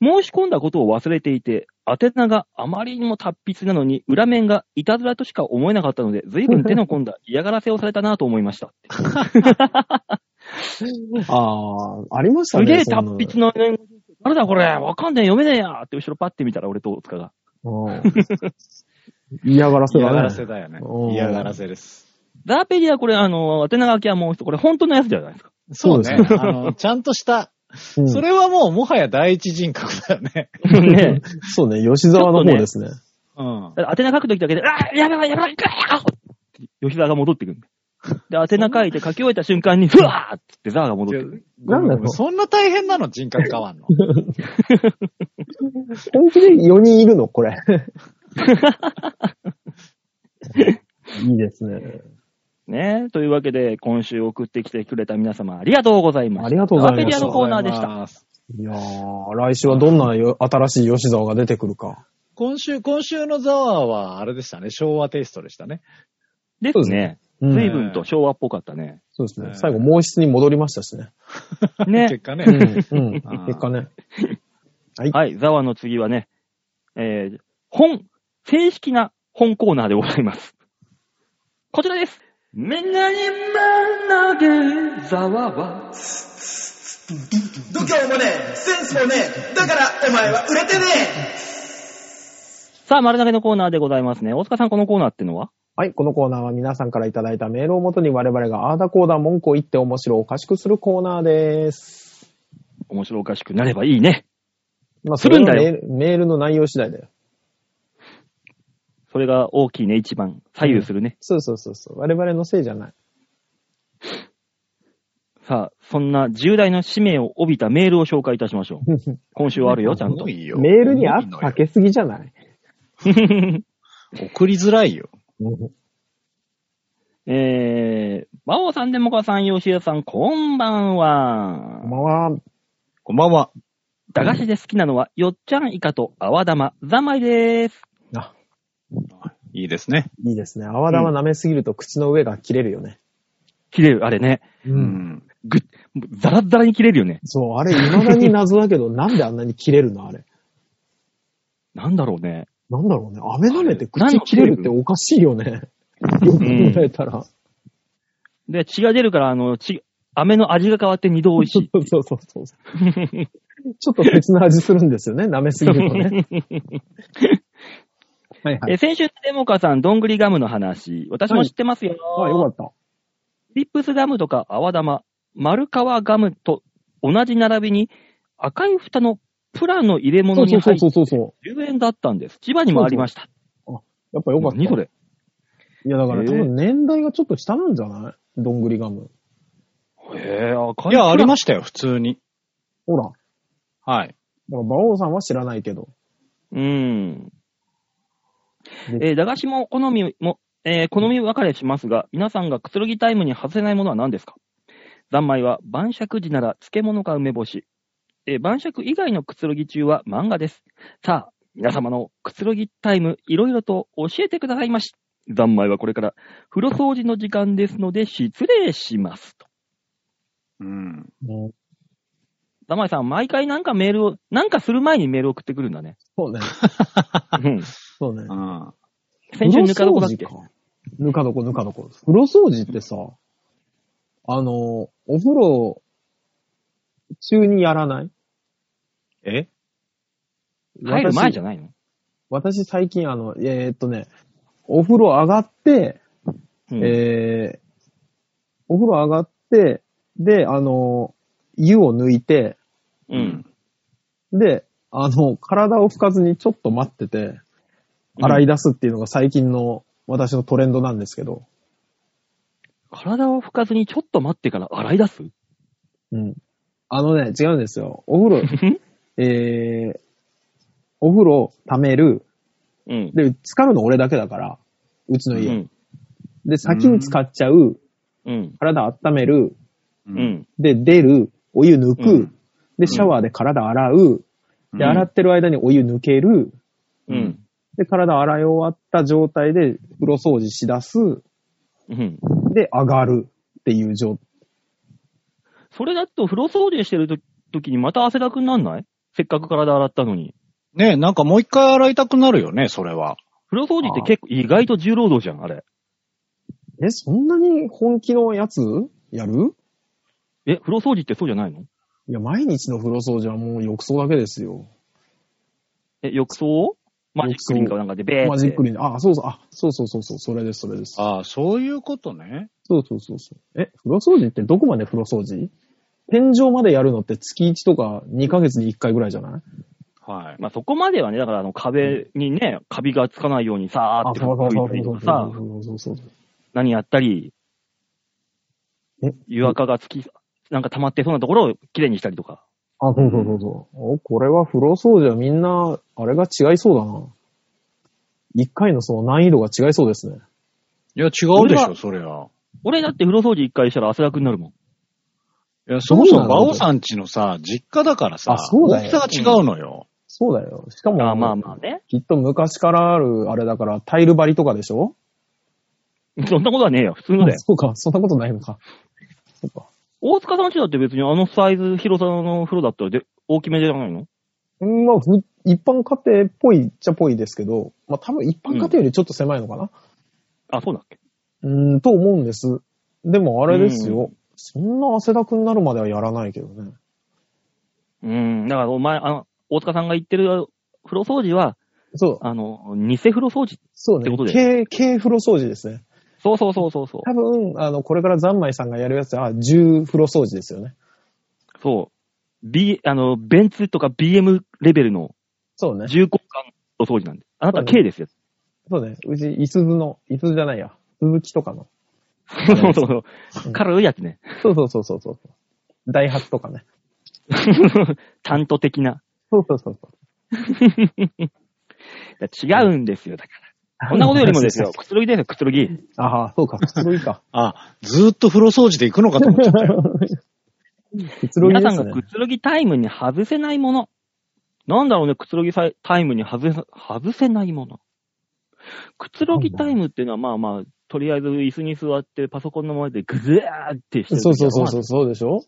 申し込んだことを忘れていて、宛名があまりにも達筆なのに、裏面がいたずらとしか思えなかったので、随分手の込ん だ嫌がらせをされたなと思いました。
ああ、ありました
す
ね。
げえ
そん
達
な
筆な
の
年賀状。誰だこれわかんねえ、読めねえやって後ろパッて見たら俺と大塚が。
うん嫌がらせ
嫌が
だ
ら
ね
せ。だよね
う。ん
嫌がらせです。
ザーペディアこれ、あの、宛名書きはもう一つ、これ本当のやつじゃないですか。
そう
そ
ね
うで。
あの、ちゃんとした。
うん
それはもうもはや第一人格だよね。
ね
そうね、吉沢の方ですね。
うん。
宛名書くときだけで、あーやばいやばい、あーって吉沢が戻ってくるんだよで、宛名書いて書き終えた瞬間に、ふわーっつってザーが戻ってくる。
なんだろう
そんな大変なの人格変わんの。
本気で4人いるのこれ。 いいですね。
ねというわけで、今週送ってきてくれた皆様、ありがとうございました。
ありがとうございまし
ザー
た
ペディアのコーナーでした。
た。
いやー、来週はどんなよ新しい吉沢が出てくるか。
今週、今週のザワーは、あれでしたね。昭和テイストでしたね。
ですね。
うん
随分と昭和っぽかったね。
そうですね。最後、毛質に戻りましたしね。
ね
結果ね。
うん。うん。
あー
結果ね。
はい、ザワの次はね、えー、本、正式な本コーナーでございます。こちらです。みんなにま投げ、ザワは。
度胸もねえセンスもねえだからお前は売れてね
さあ、丸投げのコーナーでございますね。大塚さん、このコーナーってのは
はい、このコーナーは皆さんからいただいたメールをもとに我々がアーダコーダー文句を言って面白おかしくするコーナーです。
面白おかしくなればいいね。
まあ、
するんだよ
それはメールメールの内容次第だよ。
それが大きいね、一番。左右するね。
そうそうそうそう。我々のせいじゃない。
さあ、そんな重大な使命を帯びたメールを紹介いたしましょう。今週はあるよ、ちゃんと
多。いよ
メールに圧
多いの
か
よ
けすぎじゃない
送りづらいよ。
えー、馬王さん、デモカさん、吉田さん、こんばんは。
まあ、
こんばんは。
駄菓子で好きなのは、よっちゃんイカと泡玉、ざまいでーす。
いいですね。
いいですね。泡玉舐めすぎると口の上が切れるよね。
切れる、あれね。
う
う。ん。
ぐっ、ザラッザラに切れるよね。
そう、あれ未だに謎だけど、 なんであんなに切れるのあれ。
なんだろうね。
なんだろうね。飴舐めて
あれ
口切れるっておかしいよね。よく 考えたら。
で、血が出るから、あの、血、飴の味が変わって二度美味し い。
そうそうそうそう。ちょっと別の味するんですよね。舐めすぎるとね。はいは
え
い。
ー先週、デモカさん、どんぐりガムの話。私も知ってますよ。
あ、よかった。
フィリップスガムとか泡玉、丸川ガムと同じ並びに、赤い蓋のプラの入れ
そ
物
う
に
そ
入
う
って
そうそうそ
10円だったんです。千葉にもありました。
う。やっぱよかった。
何それ
いや、だから
えー
多分年代がちょっと下なんじゃないどんぐりガム。
へえ、赤
いや、ありま
し
したよ、普通に。
ほら、ほ
はい。
ら、馬王さんは知らないけど。
た。うん。えー駄菓子も好みも、えー好み分かれしますが、皆さんがくつろぎタイムに外せないものは何ですか三昧は晩酌時なら漬物か梅干し。えー晩酌以外のくつろぎ中は漫画です。さあ、皆様のくつろぎタイム、いろいろと教えてくださいまし。三昧はこれから風呂掃除の時間ですので失礼しますと。
うん。
もう
三昧さん、毎回なんかメールを、なんかする前にメール送ってくるんだ ね。
そうね。
うん
そうね。
うん。
先週ぬか床だっ
風
け
呂掃除かぬか床、ぬか床。風呂掃除ってさ、あの、お風呂中にやらない
え
入る前じゃ
ん。
ないの
私最近あの、えーっとね、お風呂上がって、
うん
えー、お風呂上がって、で、あの、湯を抜いて、
うん。
で、あの、体を拭かずにちょっと待ってて、洗い出すっていうのが最近の私のトレンドなんですけど、
体を拭かずにちょっと待ってから洗い出す
うん。あのね、違うんですよ。お 風呂、えー、お風呂溜める。
うん。
で、使うの俺だけだから、うち
う
の家。
ん。
で、先に使っちゃう、
うん。
体温める、
う
う。ん。
で、出る、お湯抜く、
うん
で、シャワーで体洗う、で、
うん
洗ってる間にお湯抜ける、
うん。
で、体洗い終わった状態で風呂掃除しだす、
うん。
で、上がるっていう状
それだと風呂掃除してると時にまた汗だくになんないせっかく体洗ったのに。
ねえ、なんかもう一回洗いたくなるよね、それは。
風呂掃除って結構意外と重労働じゃん、あれ。
え、そんなに本気のやつやる
え、風呂掃除ってそうじゃないの
いや、毎日の風呂掃除はもう浴槽だけですよ。
え、浴槽をマジックリンかなんかでベーって。
マジックリンで。あ、そうそう、あ、そうそうそうそう、それです、それです。
ああ、そういうことね。
そうそうそうそう。え、風呂掃除ってどこまで風呂掃除天井までやるのって月1とか2ヶ月に1回ぐらいじゃない
はい。
まあそこまではね、だからあの壁にね、カビがつかないようにさーって拭いたりとかさ、
そうそうそうそうそうそうそう
何やったり
え、
湯垢がつき、なんか溜まってそうなところをきれいにしたりとか。
あ、そうそうそうそう。お、これは風呂掃除はみんな、あれが違いそうだな。1回のその難易度が違いそうですね。
いや、違うで
俺
しょ、
は
そりゃ。
俺だって風呂掃除一回したら汗だくになるもん。
いや、そもそ
そ
も、
うな
馬
の
王さんちのさ、実家だからさ、
あそうだよ
大きさが違うのよ。
そうだよ。しかも、
ああまあまあね。
きっと昔からある、あれだから、タイル張りとかでしょ
そんなことはねえよ。普通のだ
あ
よ。
そうか、そんなことないのか。そうか。
大塚さんちだって別にあのサイズ、広さの風呂だったらで大きめじゃないの
うんまあ、ふ一般家庭っぽいっちゃっぽいですけど、まあ多分一般家庭よりちょっと狭いのかな、
あ、そうだっけ
うん、と思うんです。でもあれですよ、そんな汗だくになるまではやらないけどね。
うん。だからお前、あの、大塚さんが言ってる風呂掃除は、
そう、
あの、偽風呂掃除。
そう
って
ね
こと。で
軽、軽風呂掃除ですね。
そうそうそうそうそう。
多分、あの、これから三昧さんがやるやつは、重風呂掃除ですよね。
そう。B、あの、ベンツとか BM レベルの
そうね。
重厚感の掃除なんで。あなた K ですよ。
そうね。うち、いすずの、いすずじゃないや。鈴木とかの。
そうそうそうう。
ん
軽いやつね。
そうそうそうそうそう。ダイハツとかね。
担当的な。
そうそうそうそう。
違うんですよ、だから。こんなことよりもですよ、。くつろぎですよ、くつろぎ。
ああ、そうか。くつろぎか。
あ、ずーっと風呂掃除で行くのかと思っちゃったよ。
くつろぎ
皆さ
です
んが
ね
く。つろぎタイムに外せないもの。なんだろうね、くつろぎさいタイムに外せ、外せないもの。くつろぎタイムっていうのは、まあまあ、とりあえず椅子に座って、パソコンの前でぐずーってしてる。
そうそうそうそう、そうでしょ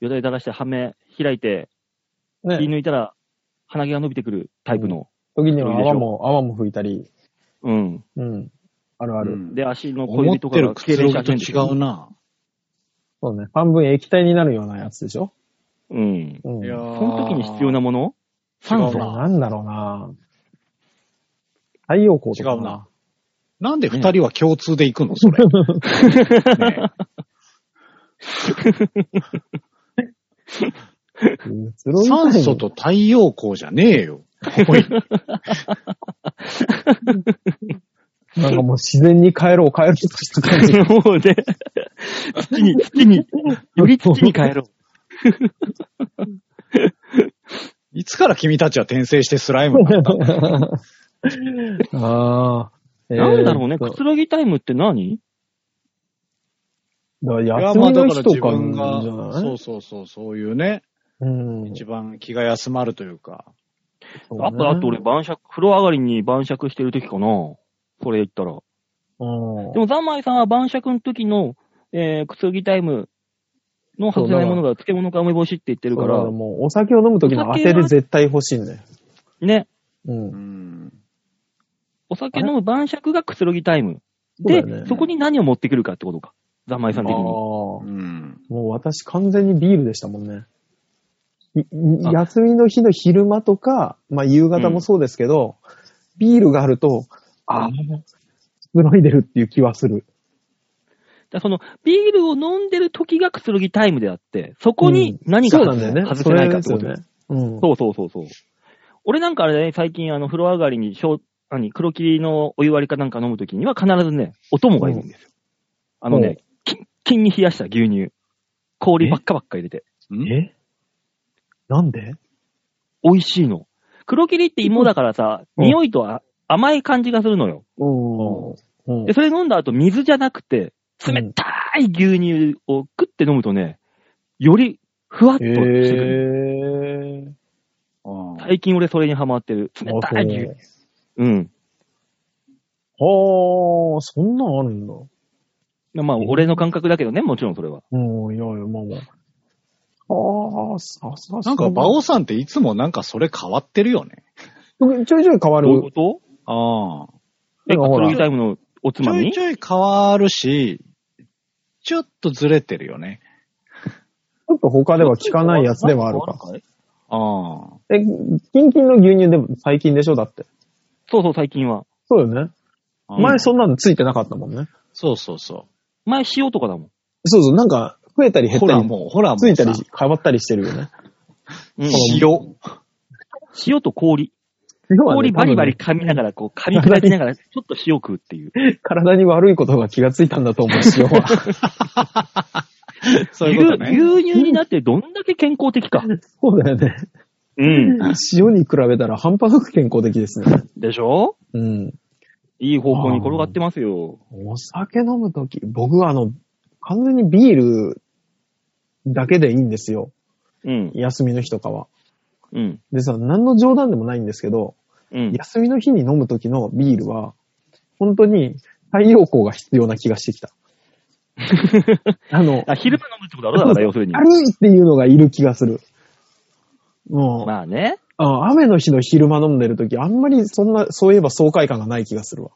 よだれ垂らして、はめ開いて、気
ね。
抜いたら、鼻毛が伸びてくるタイプの。
時には泡も、泡も吹いたり。
うん。
うん。あるある。
うん
で、足の小
思っ
指とか
てる
が
くつろぎと違
う。
うな。
そうね。半分液体になるようなやつでしょ
うん。
うん。
いやー
その時に必要なもの
違う
酸
これ
素。
なんだろうな太陽光
違
とか。
うな。。なんで二人は共通で行くのそれ。ね
うん、
え 酸素と太陽光じゃねえよ。おい
なんかもう自然に帰ろう、帰ろうとした感 じ。
もうね、土 に、土に、より土に帰ろう。
いつから君たちは転生してスライムに なったんだ
ああ。えー
なんだろうね、
と
くつろぎタイムって何
だ
い
から
や、
休
まあ
み
だ
の
か
日
ら
と
自
か
分
なんじゃ
が、
ない
そうそうそう、そういうね、
うん。
一番気が休まるというか。
そうね
あと、あと俺晩酌、風呂上がりに晩酌してる時かな。それ言ったら。
うん
でも、ザンマイさんは晩酌の時の、えー、くつろぎタイムの外せないものが漬物か梅干しって言ってるか
そうだ
ら、
もうお酒を飲むときの当てで絶対欲しいんだよ。
ね、
うん
う。ん。
お酒飲む晩酌がくつろぎタイム。で、そ,、こに何を持ってくるかってことか。ザンマイさん
ああ
的
ー、
に。
も
うん。
う私完全にビールでしたもんね。い
あ
休みの日の昼間とか、まあ夕方もそうですけど、ビールがあると、ああ、くつろいでるっていう気はする。
だからその、ビールを飲んでる時がくつろぎタイムであって、そこに何が
そう
外,、
なんだよね。
せないかってこと
それ
ね。
ですよね。うん。
そうそうそうそう。俺なんかあれだね、最近あの、風呂上がりに、しょう、何、黒霧のお湯割りかなんか飲むときには必ずね、お供がいるんですよ。あの
うん
ね、キンキンに冷やした牛乳。氷ばっかばっか入れて。
えなんで
美味しいの。黒霧って芋だからさ、
うん
匂いとあ甘い感じがするのよ。
うん。うん
で、それ飲んだ後、水じゃなくて、冷たい牛乳を食って飲むとね、よりふわっとしてくる。
へえ。
うん
最近俺それにハマってる。冷たい牛乳。うん。
はあ、そんなんあるんだ。
まあ、俺の感覚だけどね、もちろんそれは。
うん、いやいや、まあまあ。ああ、ささ
なんか、馬王さんっていつもなんかそれ変わってるよね。
ちょいちょい変わ
どういう
る
こ。と
ああ。
え、
なんかほ
カ
ら
ロリータイムのおつ
ち
ま
ょい
み
ちょい変わるし、ちょっとずれてるよね。
ちょっと他では効かないやつではあるか。
ああ。
え、キンキンの牛乳でも最近でしょだって。
そうそう、最近は。
そうよね。
うん
前そんなのついてなかったもんね。
そうそうそ
前塩とかだもん。
そうそう、なんか、増えたり
う。
減っ
ほ
た
ら
り、
もう、ほらもうさ。
ついたり変わったりしてるよね。
うん
塩。
塩と氷。
要はね
氷バリバリ噛みながら、こう噛み砕きなが ら、ちょっと塩食うっていう。
多分ね体に悪いことが気がついたんだと思うし、要は。
そういうことね。
牛牛乳になってどんだけ健康的か。
そうだよね。
うん。
塩に比べたら半端なく健康的ですね。
でしょ
うん。
いい方向に転がってますよ。
お酒飲むとき、僕はあの、完全にビールだけでいいんですよ。
うん。
休みの日とかは。
うん。
でさ、何の冗談でもないんですけど、
うん。
休みの日に飲むときのビールは、本当に太陽光が必要な気がしてきた。あの、
あ、昼間飲むってことだろだから、要するに。
軽いっていうのがいる気がする。うん。
まあね。
あ雨の日の昼間飲んでるとき、あんまりそんな、そういえば爽快感がない気がするわ。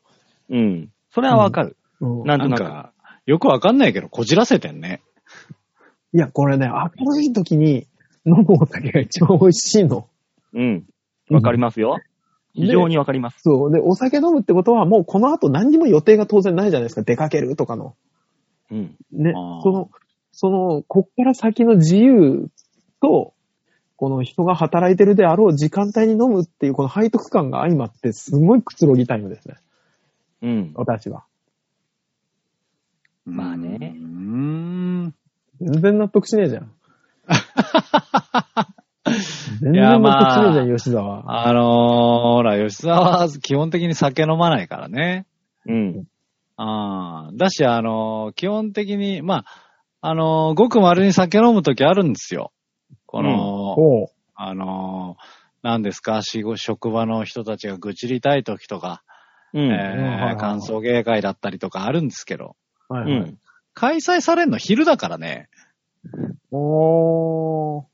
うん。それはわかる。
うん、
なん
な
と
ん
なく。
か、よくわかんないけど、こじらせてんね。
いや、これね、明るいときに飲むお酒が一番美味しいの。
うん。わかりますよ。非常にわかります。
そう。で、お酒飲むってことは、もうこの後何にも予定が当然ないじゃないですか。出かけるとかの。
うん。
ね
あ、ー
その、その、こっから先の自由と、この人が働いてるであろう時間帯に飲むっていう、この背徳感が相まって、すごいくつろぎタイムですね。
うん。
私は。
まあね
うーん。
全然納得しねえじゃ ん。全
い
然
や
納得しねえじゃん、
ま
吉沢。
あのー、ほら、吉沢は基本的に酒飲まないからね。
うん。
ああ。だし、あのー、基本的に、まあ、あのー、ごく丸に酒飲むときあるんですよ。この、
おう。
あのー、何ですか、仕事、職場の人たちが愚痴りたいときとか、
うん。
はいはい
えー、感想芸会だったりとかあるんですけど、
は
う
いはい。
ん。
開催されるの昼だからね。
おー。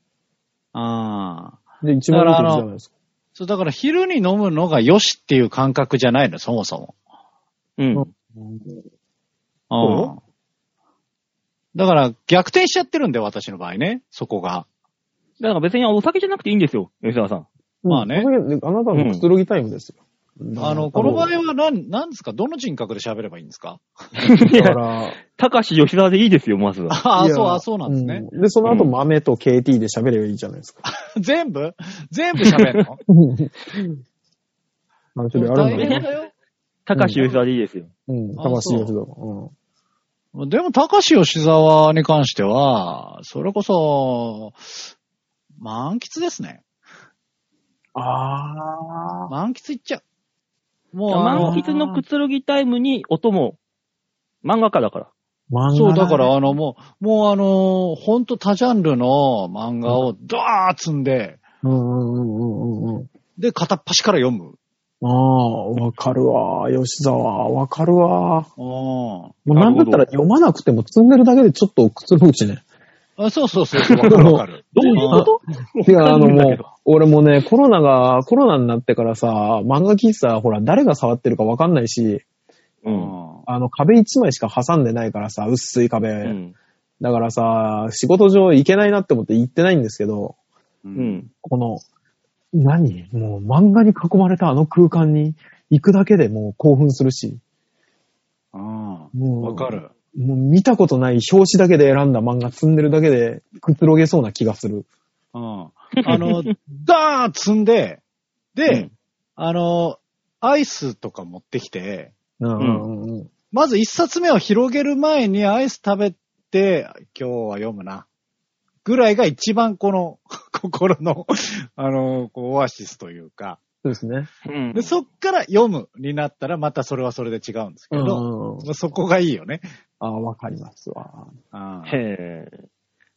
ああ。
で、一番いい時じゃないですか。
そう、だから昼に飲むのがよしっていう感覚じゃないの、そもそも。
うん。
うん。だから逆転しちゃってるんで、私の場合ね、そこが。
だから別にお酒じゃなくていいんですよ、吉沢さん。
うん
まあね
それあなたのくつろぎタイムですよ。
あの、この場合は何、何ですかどの人格で喋ればいいんですか
い
だか
や、
ら、
たかし吉沢でいいですよ、まずは。
い
ああ、
や
そう、あそうなんですね。
うんで、その後、豆と KT で喋ればいいじゃないです か。
全部全部喋 るの
何種類あ
大
るんだ
変
ろ
だよ。
たかし吉沢でいいですよ。
う。うん、
あ
高橋
そう
義道。
でも、高橋吉沢に関しては、それこそ、満喫ですね。
うん。ああ。
満喫いっちゃう。もう、あ
満
の、
喫のくつろぎタイムに音も、漫画家だから。
漫画
そう、だから、、あの、もう、もうあの、ほんと多ジャンルの漫画をドアーッ積んで、
うんうんうんうんうん。
で、片っ端から読む。
ああ、わかるわ。吉沢、わかるわ。
うん
もうなんだったら読まなくても積んでるだけでちょっとくつろぐし ね。
あ。そうそう そうそう、わかるわかる。
どういうこと
いや、あの
わか
も
るんだ
う
けど、
俺もね、コロナが、コロナになってからさ、漫画喫茶、ほら、誰が触ってるかわかんないし、
う。
うんん。
あの、壁一枚しか挟んでないからさ、薄い壁。
うん。
だからさ、仕事上行けないなって思って行ってないんですけど、
う
う。ん。
この、何もう漫画に囲まれたあの空間に行くだけでもう興奮するし。
うん
もう
わか。る。
もう見たことない表紙だけで選んだ漫画積んでるだけでくつろげそうな気がする。
うん。あの、 ダーッ積んで、で、
うん
あの、アイスとか持ってきて、
うん
ん
うんうん。
まず一冊目を広げる前にアイス食べて、今日は読むな。ぐらいが一番この 心の、 あの、こうオアシスというか。
そうですね。
うん
で、そっから読むになったらまたそれはそれで違うんですけ
うんう
ど、
んうん。
まあそこがいいよね。
ああ、わかりますわ。
うん
へえ。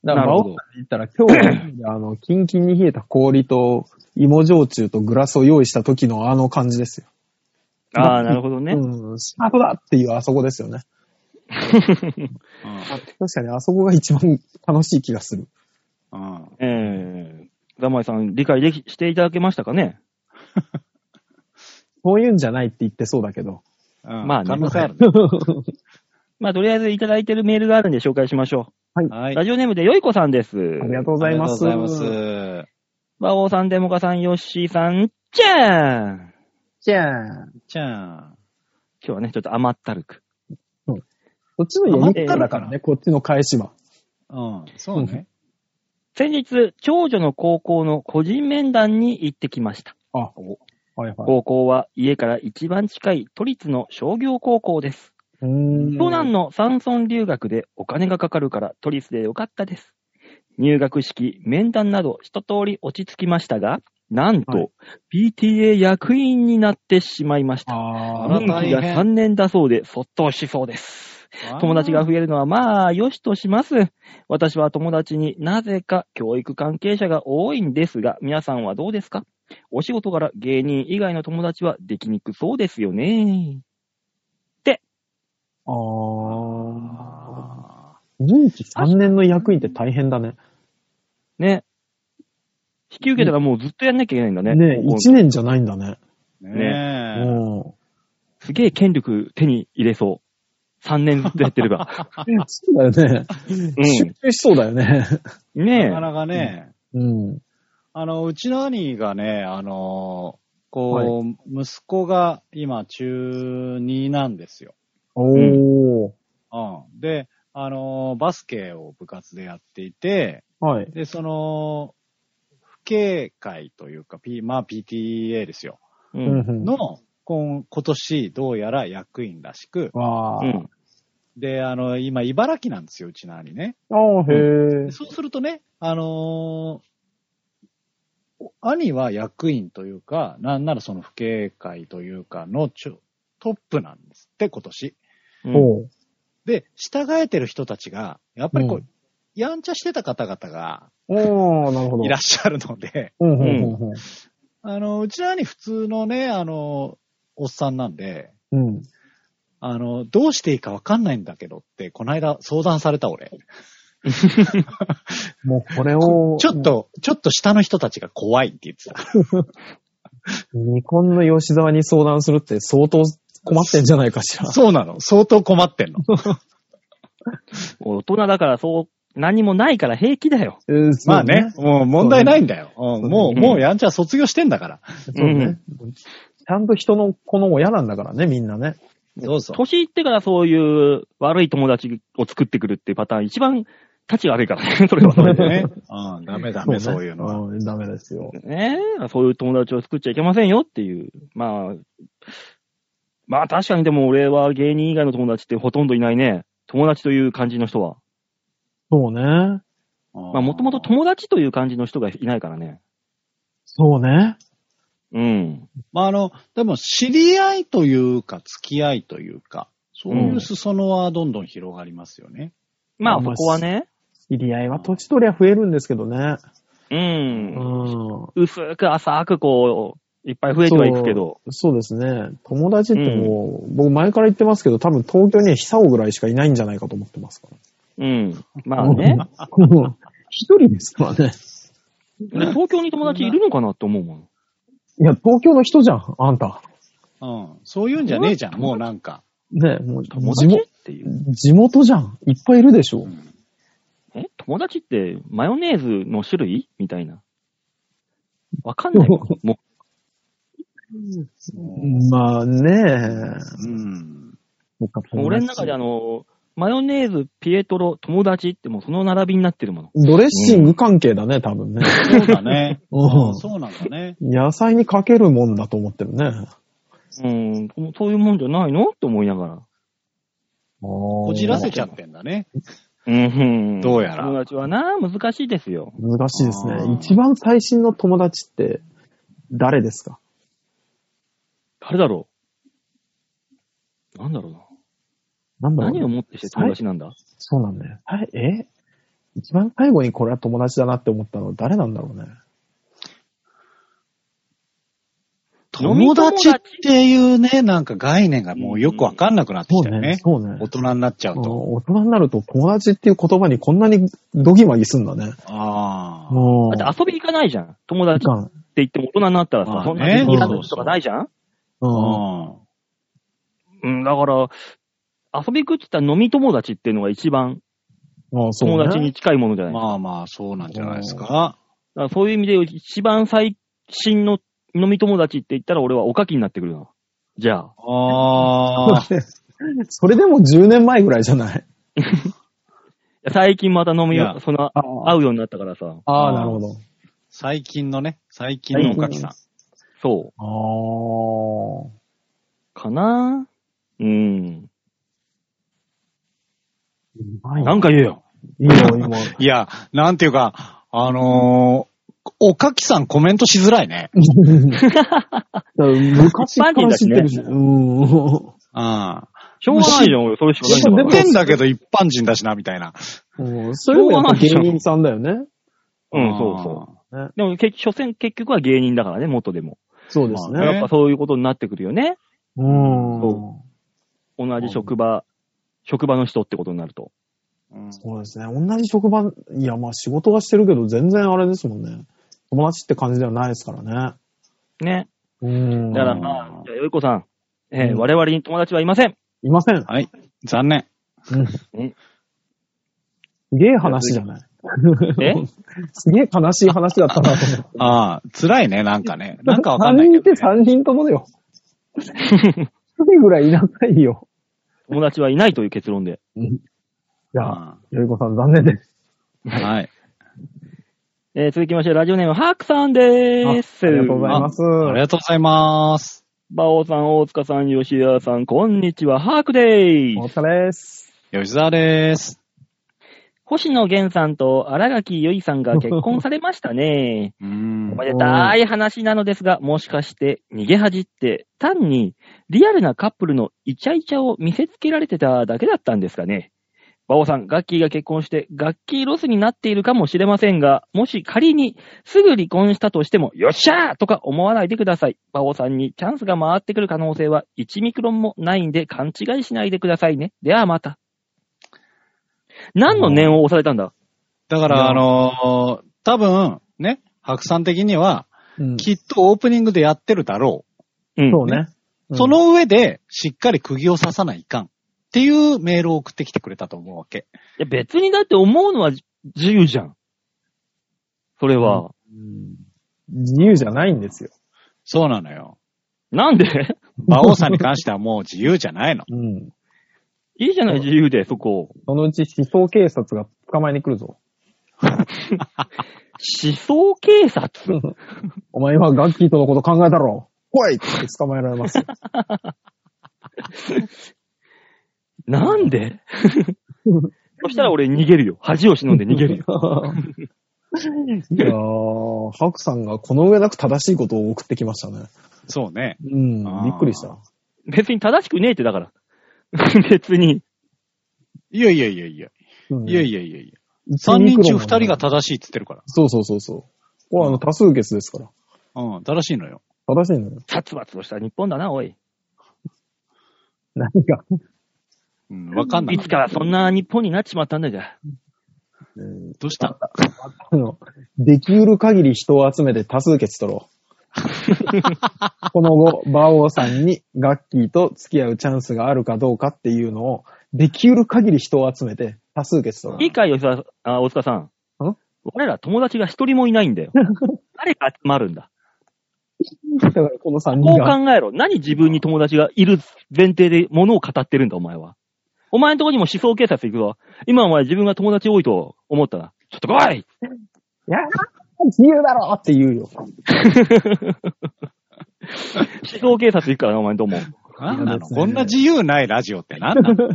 だか
な
ら、
る
バオ
ほど
さんに言ったら今日は、あの、キンキンに冷えた氷と芋焼酎とグラスを用意した時のあの感じですよ。
ああ、なるほどね。
うん、スタートだっていうあそこですよね。
うん
確かにあそこが一番楽しい気がする。
うん
ええ。ざまいさん、理解でき、していただけましたかね
そういうんじゃないって言ってそうだけど。
うん
まあね
可能性あ るね。
は
まあ、とりあえずいただいてるメールがあるんで紹介しましょ
い。あ
は
う。
い。
ラジオネームでよいこさんです。
りがとうございます。
ありがとうございます。
馬王さん、デモカさん、ヨッシーさん、じゃーん
じゃあ、
じゃあ、
今日はね、ちょっと甘ったるく。
こっちの読み方だからね、こっちの返しは。
うん、そうね。
先日、長女の高校の個人面談に行ってきました。
あ、はいはい。
高校は家から一番近い都立の商業高校です。
うーん
長男の山村留学でお金がかかるから都立でよかったです。入学式、面談など一通り落ち着きましたが、なん
は
と、PTA 役員になってしまいました。
あ
あ
ー
ら
任
大
期
変
が3年だそうで、そっとしそうです。友達が増えるのはまあ、よしとします。私は友達になぜか教育関係者が多いんですが、皆さんはどうですかお仕事から芸人以外の友達はできにくそうですよね。
あー。
あ
任期3年の役員って大変だね。
ね。引き受けたらもうずっとやんなきゃいけないんだね。
ね
ここ
1年じゃないんだね。
ー
う
ね
ん。
すげえ権力手に入れそう。3年ずっとやってれば。
そうだよね。集
う
中しそうだよね。
ん。
え。
ね
なかなかね、
うん。
あの、うちの兄がね、あの、こう、息子が今中2なんですよ。
おー。
うん。で、あの、バスケを部活でやっていて、
はい。
で、その、不警戒というか、P、まあ PTA ですよ。
え。う。
うんん。
の、今今年どうやら役員らしく、
わ
う
ー。
ん。
で、あの、今、茨城なんですよ、うちの兄ね。
あー、へ
で
ー。
そうするとね、あのーお兄は役員というか、なんならその不警会というかのちょトップなんですって、今年。
うん
おう。
で、従えてる人たちが、やっぱりこう、
うん
やんちゃしてた方々が
おー、なるほど。
いらっしゃるので、
うん、うん、うん
あの、うちの兄普通のね、あの、おっさんなんで、
うん。うん。
あの、どうしていいかわかんないんだけどって、この間相談された俺。
もうこれを、
ちょっと、ちょっと下の人たちが怖いって言ってた。
未婚の吉沢に相談するって相当困ってんじゃないかしら。
そうなの。相当困ってんの。
大人だからそう、何もないから平気だよ。
えー
まあね。、もう問題ないんだよ。
うね
うんもう、
うん
もうやんちゃん卒業してんだから。
そうね。ゃんと人の子の親なんだからね、みんなね。
どうぞ。
年いってからそういう悪い友達を作ってくるっていうパターン、一番立ち悪いからね、そ れはそれで。
ね。 うん、ダメダメ、そういうのは。
は。ダメですよ。
ねえ、そういう友達を作っちゃいけませんよっていう。まあ、まあ確かにでも俺は芸人以外の友達ってほとんどいないね。友達という感じの人は。
そうね。
まあもともと友達という感じの人がいないからね。
そうね。
うん。
まあ、あの、でも、知り合いというか、付き合いというか、そういう裾野はどんどん広がりますよね。
まあそこはね、
知り合いは年取りゃ増えるんですけどね。
う。
うんん。
薄く浅くこう、いっぱい増えてはいくけど。
そうですね。友達ってもう、僕前から言ってますけど、多分東京には久男ぐらいしかいないんじゃないかと思ってますか
うん。ま
ら。
あね。
うん。 一人ですからね。
俺東京に友達いるのかなって思うもん。
いや、東京の人じゃん、あんた。
うん。そういうんじゃねえじゃん、もうなんか。
ねもう、
友
地
達っ
元、
ていう。
地元じゃん。いっぱいいるでしょ。
え友達ってマヨネーズの種類みたいな。わかん ないもん。も
まあね
うん。
う俺の中であ、の、マヨネーズ、ピエトロ、友達ってもうその並びになってるもの。
ドレッシング関係だね、多分ね。
そうだね。
うん
うんそうなんだね。
野菜にかけるもんだと思ってるね。
うん、そういうもんじゃないのって思いながら。
こ
こじらせちゃってんだね。
うん、
どうやら
友達はな、難しいですよ。
難しいです
あ
ね
ー。
一番最新の友達って誰ですか
誰だろうなんだろう
なんだ
な。
ろう
何をもってして友達なんだ
そうなんだよ。はいえ一番最後にこれは友達だなって思ったのは誰なんだろうね。
飲み
友
友達
達っていうね、なんか概念がもうよくわかんなくなって
そ
き
う
たよ
ね
ね。。
そうね
大。人になっちゃう
うん
と。
大人になると友達っていう言葉にこんなにドギマギすんだね。
ああ。
もう。
だって遊び行かないじゃん。友
い
達って
かん。
言っても大人になったら
ま
さ、
あ
そんな
ね
に行かないとかないじゃん
うん。
うん、だから、遊び行くって言ったら飲み友達っていうのが一番
ああ、そうね。
友達に近いものじゃない
うん。
ですか。
まあまあ、そうなんじゃないですか。
だからそういう意味で一番最新の飲み友達って言ったら俺はおかきになってくるな。じゃあ。
ああ。
それでも10年前ぐらいじゃない。
最近また飲み
い
よ
や、
その、
あ
会うようになったからさ。
あー、なるほど。
最近のね、最近のおかきさん。
そう。
あ
かなうん。
あ。
なんか言えよ。
いいよ、今。
いや、なんていうか、あのー、おかきさんコメントしづらいね。
昔から知ってるし。
一般人だしね
うん。
うん。
しょうがないじゃん、俺。それしか
知
ないん
っ
だから。
てんだけど一般人だしな、みたいな。。
うんそれもやっぱ芸人さんだよね。
うん、そうそうう。でも、結局、所詮結局は芸人だからね、元でも。
そうです
まあね
ね。
やっぱそういうことになってくるよね。
うん。
そ同じ職場、職場の人ってことになると。
うん
そうですね。同じ職場、いや、まあ仕事はしてるけど、全然あれですもんね。友達って感じではないですからね。
ね。
うん。
だから
う
ま
ん
あ、じゃあ、よいこさん。えー
うん
我々に友達はいませ ん。
いません。
はい。残念。
すげえ話じゃない。
え
すげえ悲しい話だったなと思って。
ああ、辛いね、なんかね。 なんかわかんないけど、
3人
ね。
いて3人ともだよ。一人ぐらいいなさいよ。
友達はいないという結論で。
じゃあ、よいこさん残念です。
うんはい。
えー続きまして、ラジオネーム、ハークさんでーす。
あありがとうございます。
ありがとうございます。
バオさん、大塚さん、吉田さん、こんにちは、ハークで
お
ーす。
疲れです。
吉沢です。
星野源さんと荒垣結衣さんが結婚されましたね。
うーん
おめでたい話なのですが、もしかして逃げ恥って単にリアルなカップルのイチャイチャを見せつけられてただけだったんですかね。バオさん、ガッキーが結婚してガッキーロスになっているかもしれませんが、もし仮にすぐ離婚したとしても、よっしゃーとか思わないでください。バオさんにチャンスが回ってくる可能性は1ミクロンもないんで勘違いしないでくださいね。ではまた。何の念を押されたんだ
だから、あのー多分、ね、白さん的には、
うん
きっとオープニングでやってるだろ
うん。
そうね。
う。その上で、しっかり釘を刺さないかん。っていうメールを送ってきてくれたと思うわけ。
いや、別にだって思うのは自由じゃん。それは。
うん、自由じゃないんですよ。
そうなのよ。
なんで
馬王さんに関してはもう自由じ ゃないの。
うん。
いいじゃない、自由で、そこ。
そのうち思想警察が捕まえに来るぞ。
思想警察
お前はガッキーとのこと考えたろ来いって捕まえられますよ。
なんで そしたら俺逃げるよ。恥を忍んで逃げるよ。
いやー、ハクさんがこの上なく正しいことを送ってきましたね。
そうね。
うん、
あー
びっくりした。
別に正しくねえってだから。 別に。
いやいやいやいや。
うん
いやいやいやいや。
一
3
ミ
人中
クロン
2人が
なの
正しいって言ってるか
そうそうそうそう。ここはあの多数決ですから。
ら。うん、正しいのよ。
正しいのよ。
殺伐とした日本だな、おい。
何が。
うん、わかんない
い。つからそんな日本になっちまったんだじゃ。
うん
どうした
あの、できうる限り人を集めて多数決取ろう。 この後、馬王さんにガッキーと付き合うチャンスがあるかどうかっていうのを、できうる限り人を集めて多数決取ろう
い。いかい、吉田、あ、大塚さん。
ん
俺ら友達が一人もいないんだ よ。誰か集まるんだ。
だからこの3
こ
人
う
が。
考えろ。何自分に友達がいる前提で物を語ってるんだ、お前は。お前のとこにも思想警察行くぞ。今お前自分が友達多いと思ったら、ちょっと来い
いやー、自由だろって言うよ。
思想警察行くからな、お前どうも。
なんなの
ですね
こんな自由ないラジオってなん なの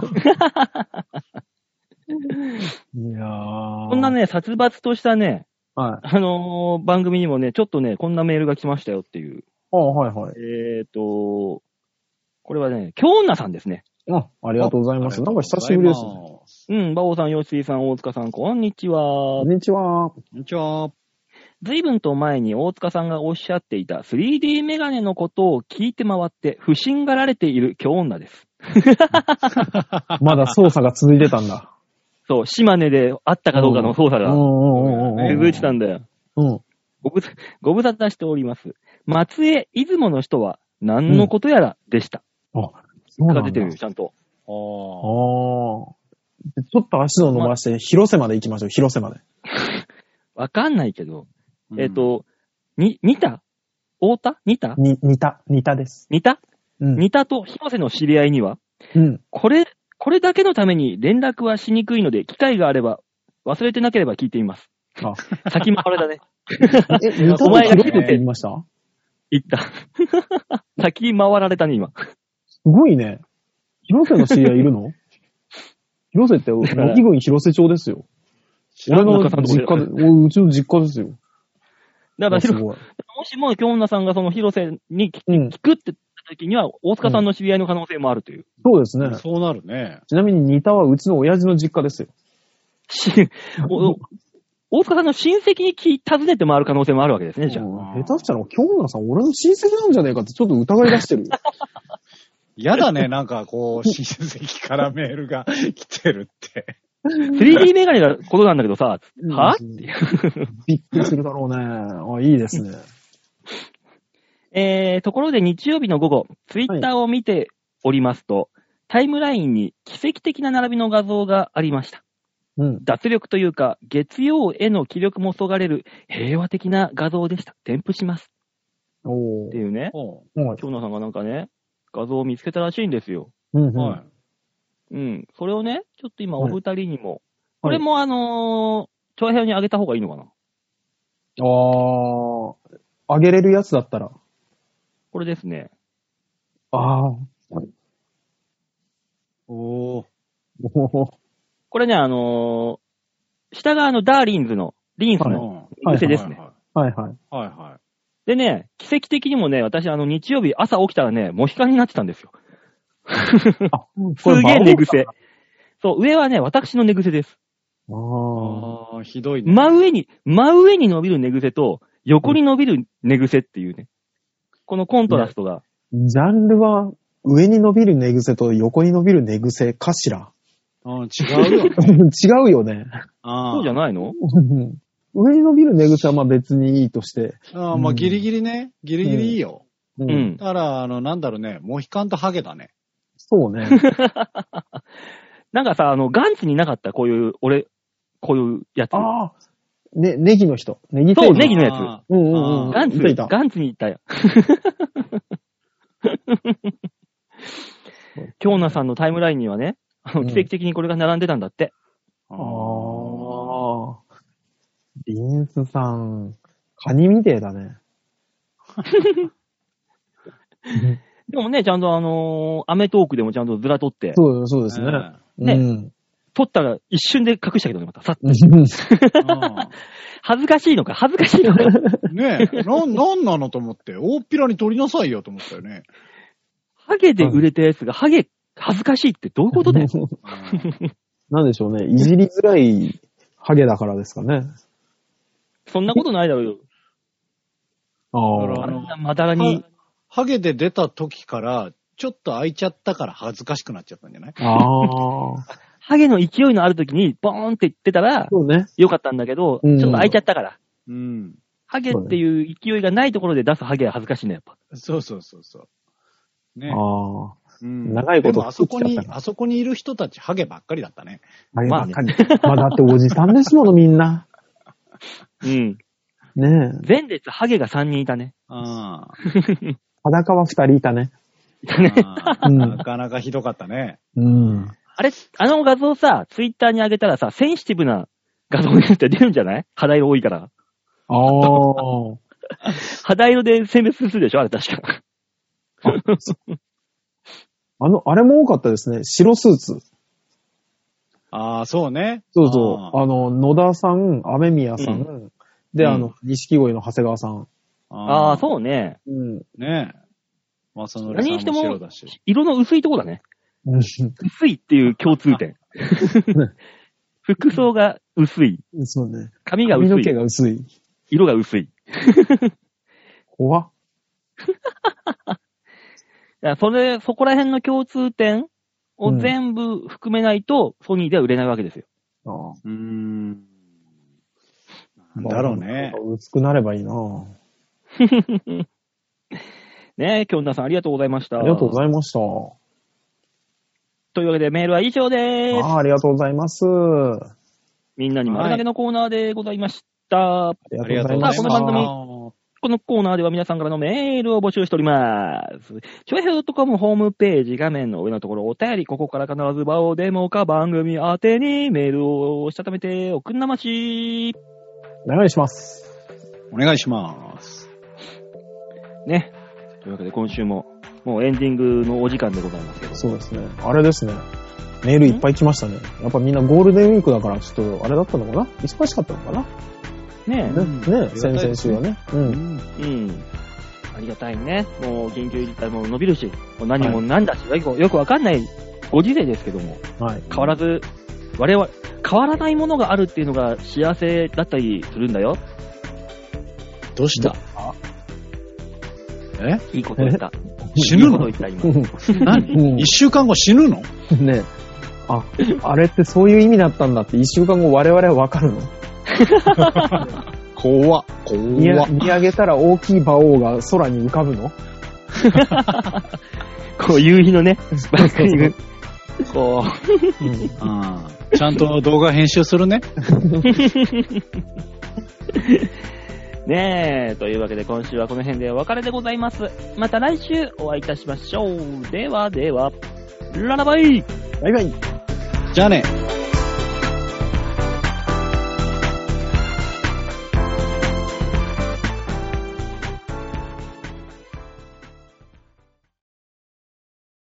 いやー。
こんな。ね、殺伐としたね、
はい。
あのー番組にもね、ちょっとね、こんなメールが来ましたよっていう。
あはいはい。
えっ、と、これはね、京女さんですね。
あ、ありがとうございます。なんか久しぶりですね。
す。
うん、馬王さん、吉井さん、大塚さん、こんにちは
こん。にちは。
こんにちは。
随分と前に大塚さんがおっしゃっていた 3D メガネのことを聞いて回って不審がられている京女です。
まだ捜査が続いてたん だ。
そう、島根であったかどうかの捜査
うんう
が
んうんうん。
続いてたんだよ。
うん。
ごぶご無沙汰しております。松江出雲の人は何のことやらでした。
そうな
が
んだ
出てるよ、ちゃんと。
ああ。
おー
でちょっと足を伸ばして、広瀬まで行きましょう、広瀬まで。
わかんないけど、えっ、、と、に、似た太田似た
に、似た、似たです。
似た
うん。
似たと広瀬の知り合いには、
うん。
これ、これだけのために連絡はしにくいので、機会があれば、忘れてなければ聞いてみます。
あ
先回りだね。
え、似た
お
と
前が
広瀬って言いました
言った。 先回られたね、今。
すごいね。広瀬の知り合いい るの広瀬って、乃木郡広瀬町ですよ。俺の
中さんとこだ
実家
よ
で、俺うちの実家ですよ。
だから、
あす
広
ごい。
もしも京女さんがその広瀬に聞
うん。
くって言った時には、大塚さんの知り合いの可能性もあると いう。
そうですね。
そうなるね。
ちなみに、似たはうちの親父の実家ですよ。
しおお大塚さんの親戚に聞い尋ねて回る可能性もあるわけですね、じゃあ。
うん下手したら、京奈さん、俺の親戚なんじゃねえかってちょっと疑い出してるよ。
やだね、 なんかこう、親戚からメールが来てるって。
3D メガネがことなんだけどさ、
うん
は
う
っ
ん
ていう。
びっくりするだろうね。あ、いいですね。
えー、ところで日曜日の午後、ツイッターを見ておりますと、タイムラインに奇跡的な並びの画像がありました。
うん。
脱力というか、月曜への気力もそがれる平和的な画像でした。添付します。
お
っ
ー
ていうね、
お
はい。
京野さんがなんかね、画像を見つけたらしいんですよ。
うん、うん。
はい。
うん。それをね、ちょっと今お二人にも、こ
はい
れもあのー、長編にあげた方がいいのかな
ああ、あげれるやつだったら。
これですね。
ああ、
お
お
ー
ー
これね、あのー、下側のダーリンズの、リンス
はい
の
はい
店ですね。
はいはい。
はいは
でね、奇跡的にもね、私、あの、日曜日朝起きたらね、モヒカンになってたんですよ。
あ、
すげえ寝
あ
癖。そう、上はね、私の寝癖です。
あー、
いはい。ああ、ひどいね。
真上に、真上に伸びる寝癖と、横に伸びる寝癖っていうね。このコントラストが。
ジャンルは、上に伸びる寝癖と横に伸びる寝癖かしら。
うん、違うよね。
違うよね。
あ
そうじゃないの
うん上に伸びる寝癖はまあ別にいいとして。
ああ、まあギリギリね。ギリギリいいよ。
う
う。ん。
だから、あの、なんだろうね、モヒカンとハゲだね。
そうね。
なんかさ、あの、ガンツになかった、こういう、俺、こういうやつ。
ああ、ね、ネギの人。ネギ
そう、
テー
ネギのやつ。
あ
うんうんうん。
あ
ガンツ
いたいた。
ガンツにいたよ。 京奈さんのタイムラインにはね、あの
うん
奇跡的にこれが並んでたんだって。
あ
ああ。ビーンズさん、カニみてえだね。
でもね、ちゃんとあのーアメトークでもちゃんとずら取って、
そうそうですね。
ー
ね
うん。
取ったら一瞬で隠したけどね、また。さ恥ずかしいのか、恥ずかしいのか。
うんねえ、な、なんなのと思って、大っぴらに取りなさいよと思ったよね。
ハゲで売れたやつが、ハゲ、恥ずかしいってどういうことだよ。
うん
なんでしょうね。いじりづらいハゲだからですかね。
そん なことないだろうよ。
あ
あ
あ
あ。
の
んなまだらに。
ハゲで出た時から、ちょっと開いちゃったから恥ずかしくなっちゃったんじゃない
ああ。
ハゲの勢いのある時に、ボーンって言ってたら、
そうね。
よかったんだけど、
うん
ちょっと開いちゃったから。
うん。
ハゲっていう勢いがないところで出すハゲは恥ずかしいんだよ、やっ
そうそうそうそう。ねえ。
ああ。
うん
長いこと
でもあそこ
作
に
っちゃった、
あそこにいる人たち、ハゲばっかりだったね。
あれ
ま
ば
あ
っ
ね
かり。まあだっておじさんですもの、みんな。
ぱ。うん。
ねえ。
前列ハゲが3人いたね。
あ
裸は二人いたね。
いたね。
あ。
うん
なかなかひどかったね。
うん。
あれ、あの画像さ、ツイッターに上げたらさ、センシティブな画像になって出るんじゃない肌色多いから。
ああ。
肌色で選別するでしょあれ確か。
あの、あれも多かったですね。白スーツ。
ああ、そうね。
そうそう。あの、野田さん、雨宮さん、で、あの、錦鯉の長谷川さん。
ああー、
う
そうね。
うん。
ねえ。まあ、その
何にしても
白だし。
色の薄いとこだね。
う
薄いっていう共通 点。服装が薄い。
ん そうね。
髪が
髪
薄
の毛
い。
が薄い。
色が薄い。
怖っ。
だからそれ、そこら辺の共通点を
うん
全部含めないと、ソニーでは売れないわけですよ。
ああ
うーん。なんだろうね。
薄くなればいいな
ねえ、京奈さんありがとうございました。
ありがとうございました。
というわけでメールは以上でーす。
ああありがとうございます。あ
みんなに丸投げのコーナーでございました。
り
あ
がと
り
う
が
ございま
とうござ
し
い
た。
ました。
このコーナーでは皆さんからのメールを募集しております。超平洋 .com ホームページ画面の上のところお便り、ここから必ず場をデモか番組宛てにメールをしたためておくんなまし。
お願いします。
お願いします。
ね。というわけで今週も、もうエンディングのお時間でございますけど。
そうですね。あれですね。メールいっぱい来ましたね。やっぱみんなゴールデンウィークだから、ちょっとあれだったのかな忙しかったのかな
ね
う
ね
ん
ね
ありがた
先
いで
々週
すね
はね。うん。
え。うん。ありがたいね。もう緊急事態も伸びるし、もう何もなんだし、よくよくわかんないご時世ですけども。
はい。
変わらず、我々、変わらないものがあるっていうのが幸せだったりするんだよ。
どうしたえ
いいこと言った。
死ぬ
いいこと
の
言った、今。
何
うん
一週間後死ぬの
ねあ、あれってそういう意味だったんだって、一週間後我々はわかるの
怖っ。
見や
怖っ。
見上げたら大きい馬王が空に浮かぶの
こう、夕日のね、スパークリング。こ
あーちゃんと動画編集するね。
う。ねえ、というわけで今週はこの辺でお別れでございます。また来週お会いいたしましょう。ではでは、ララバイ
バイバイ
じゃあね。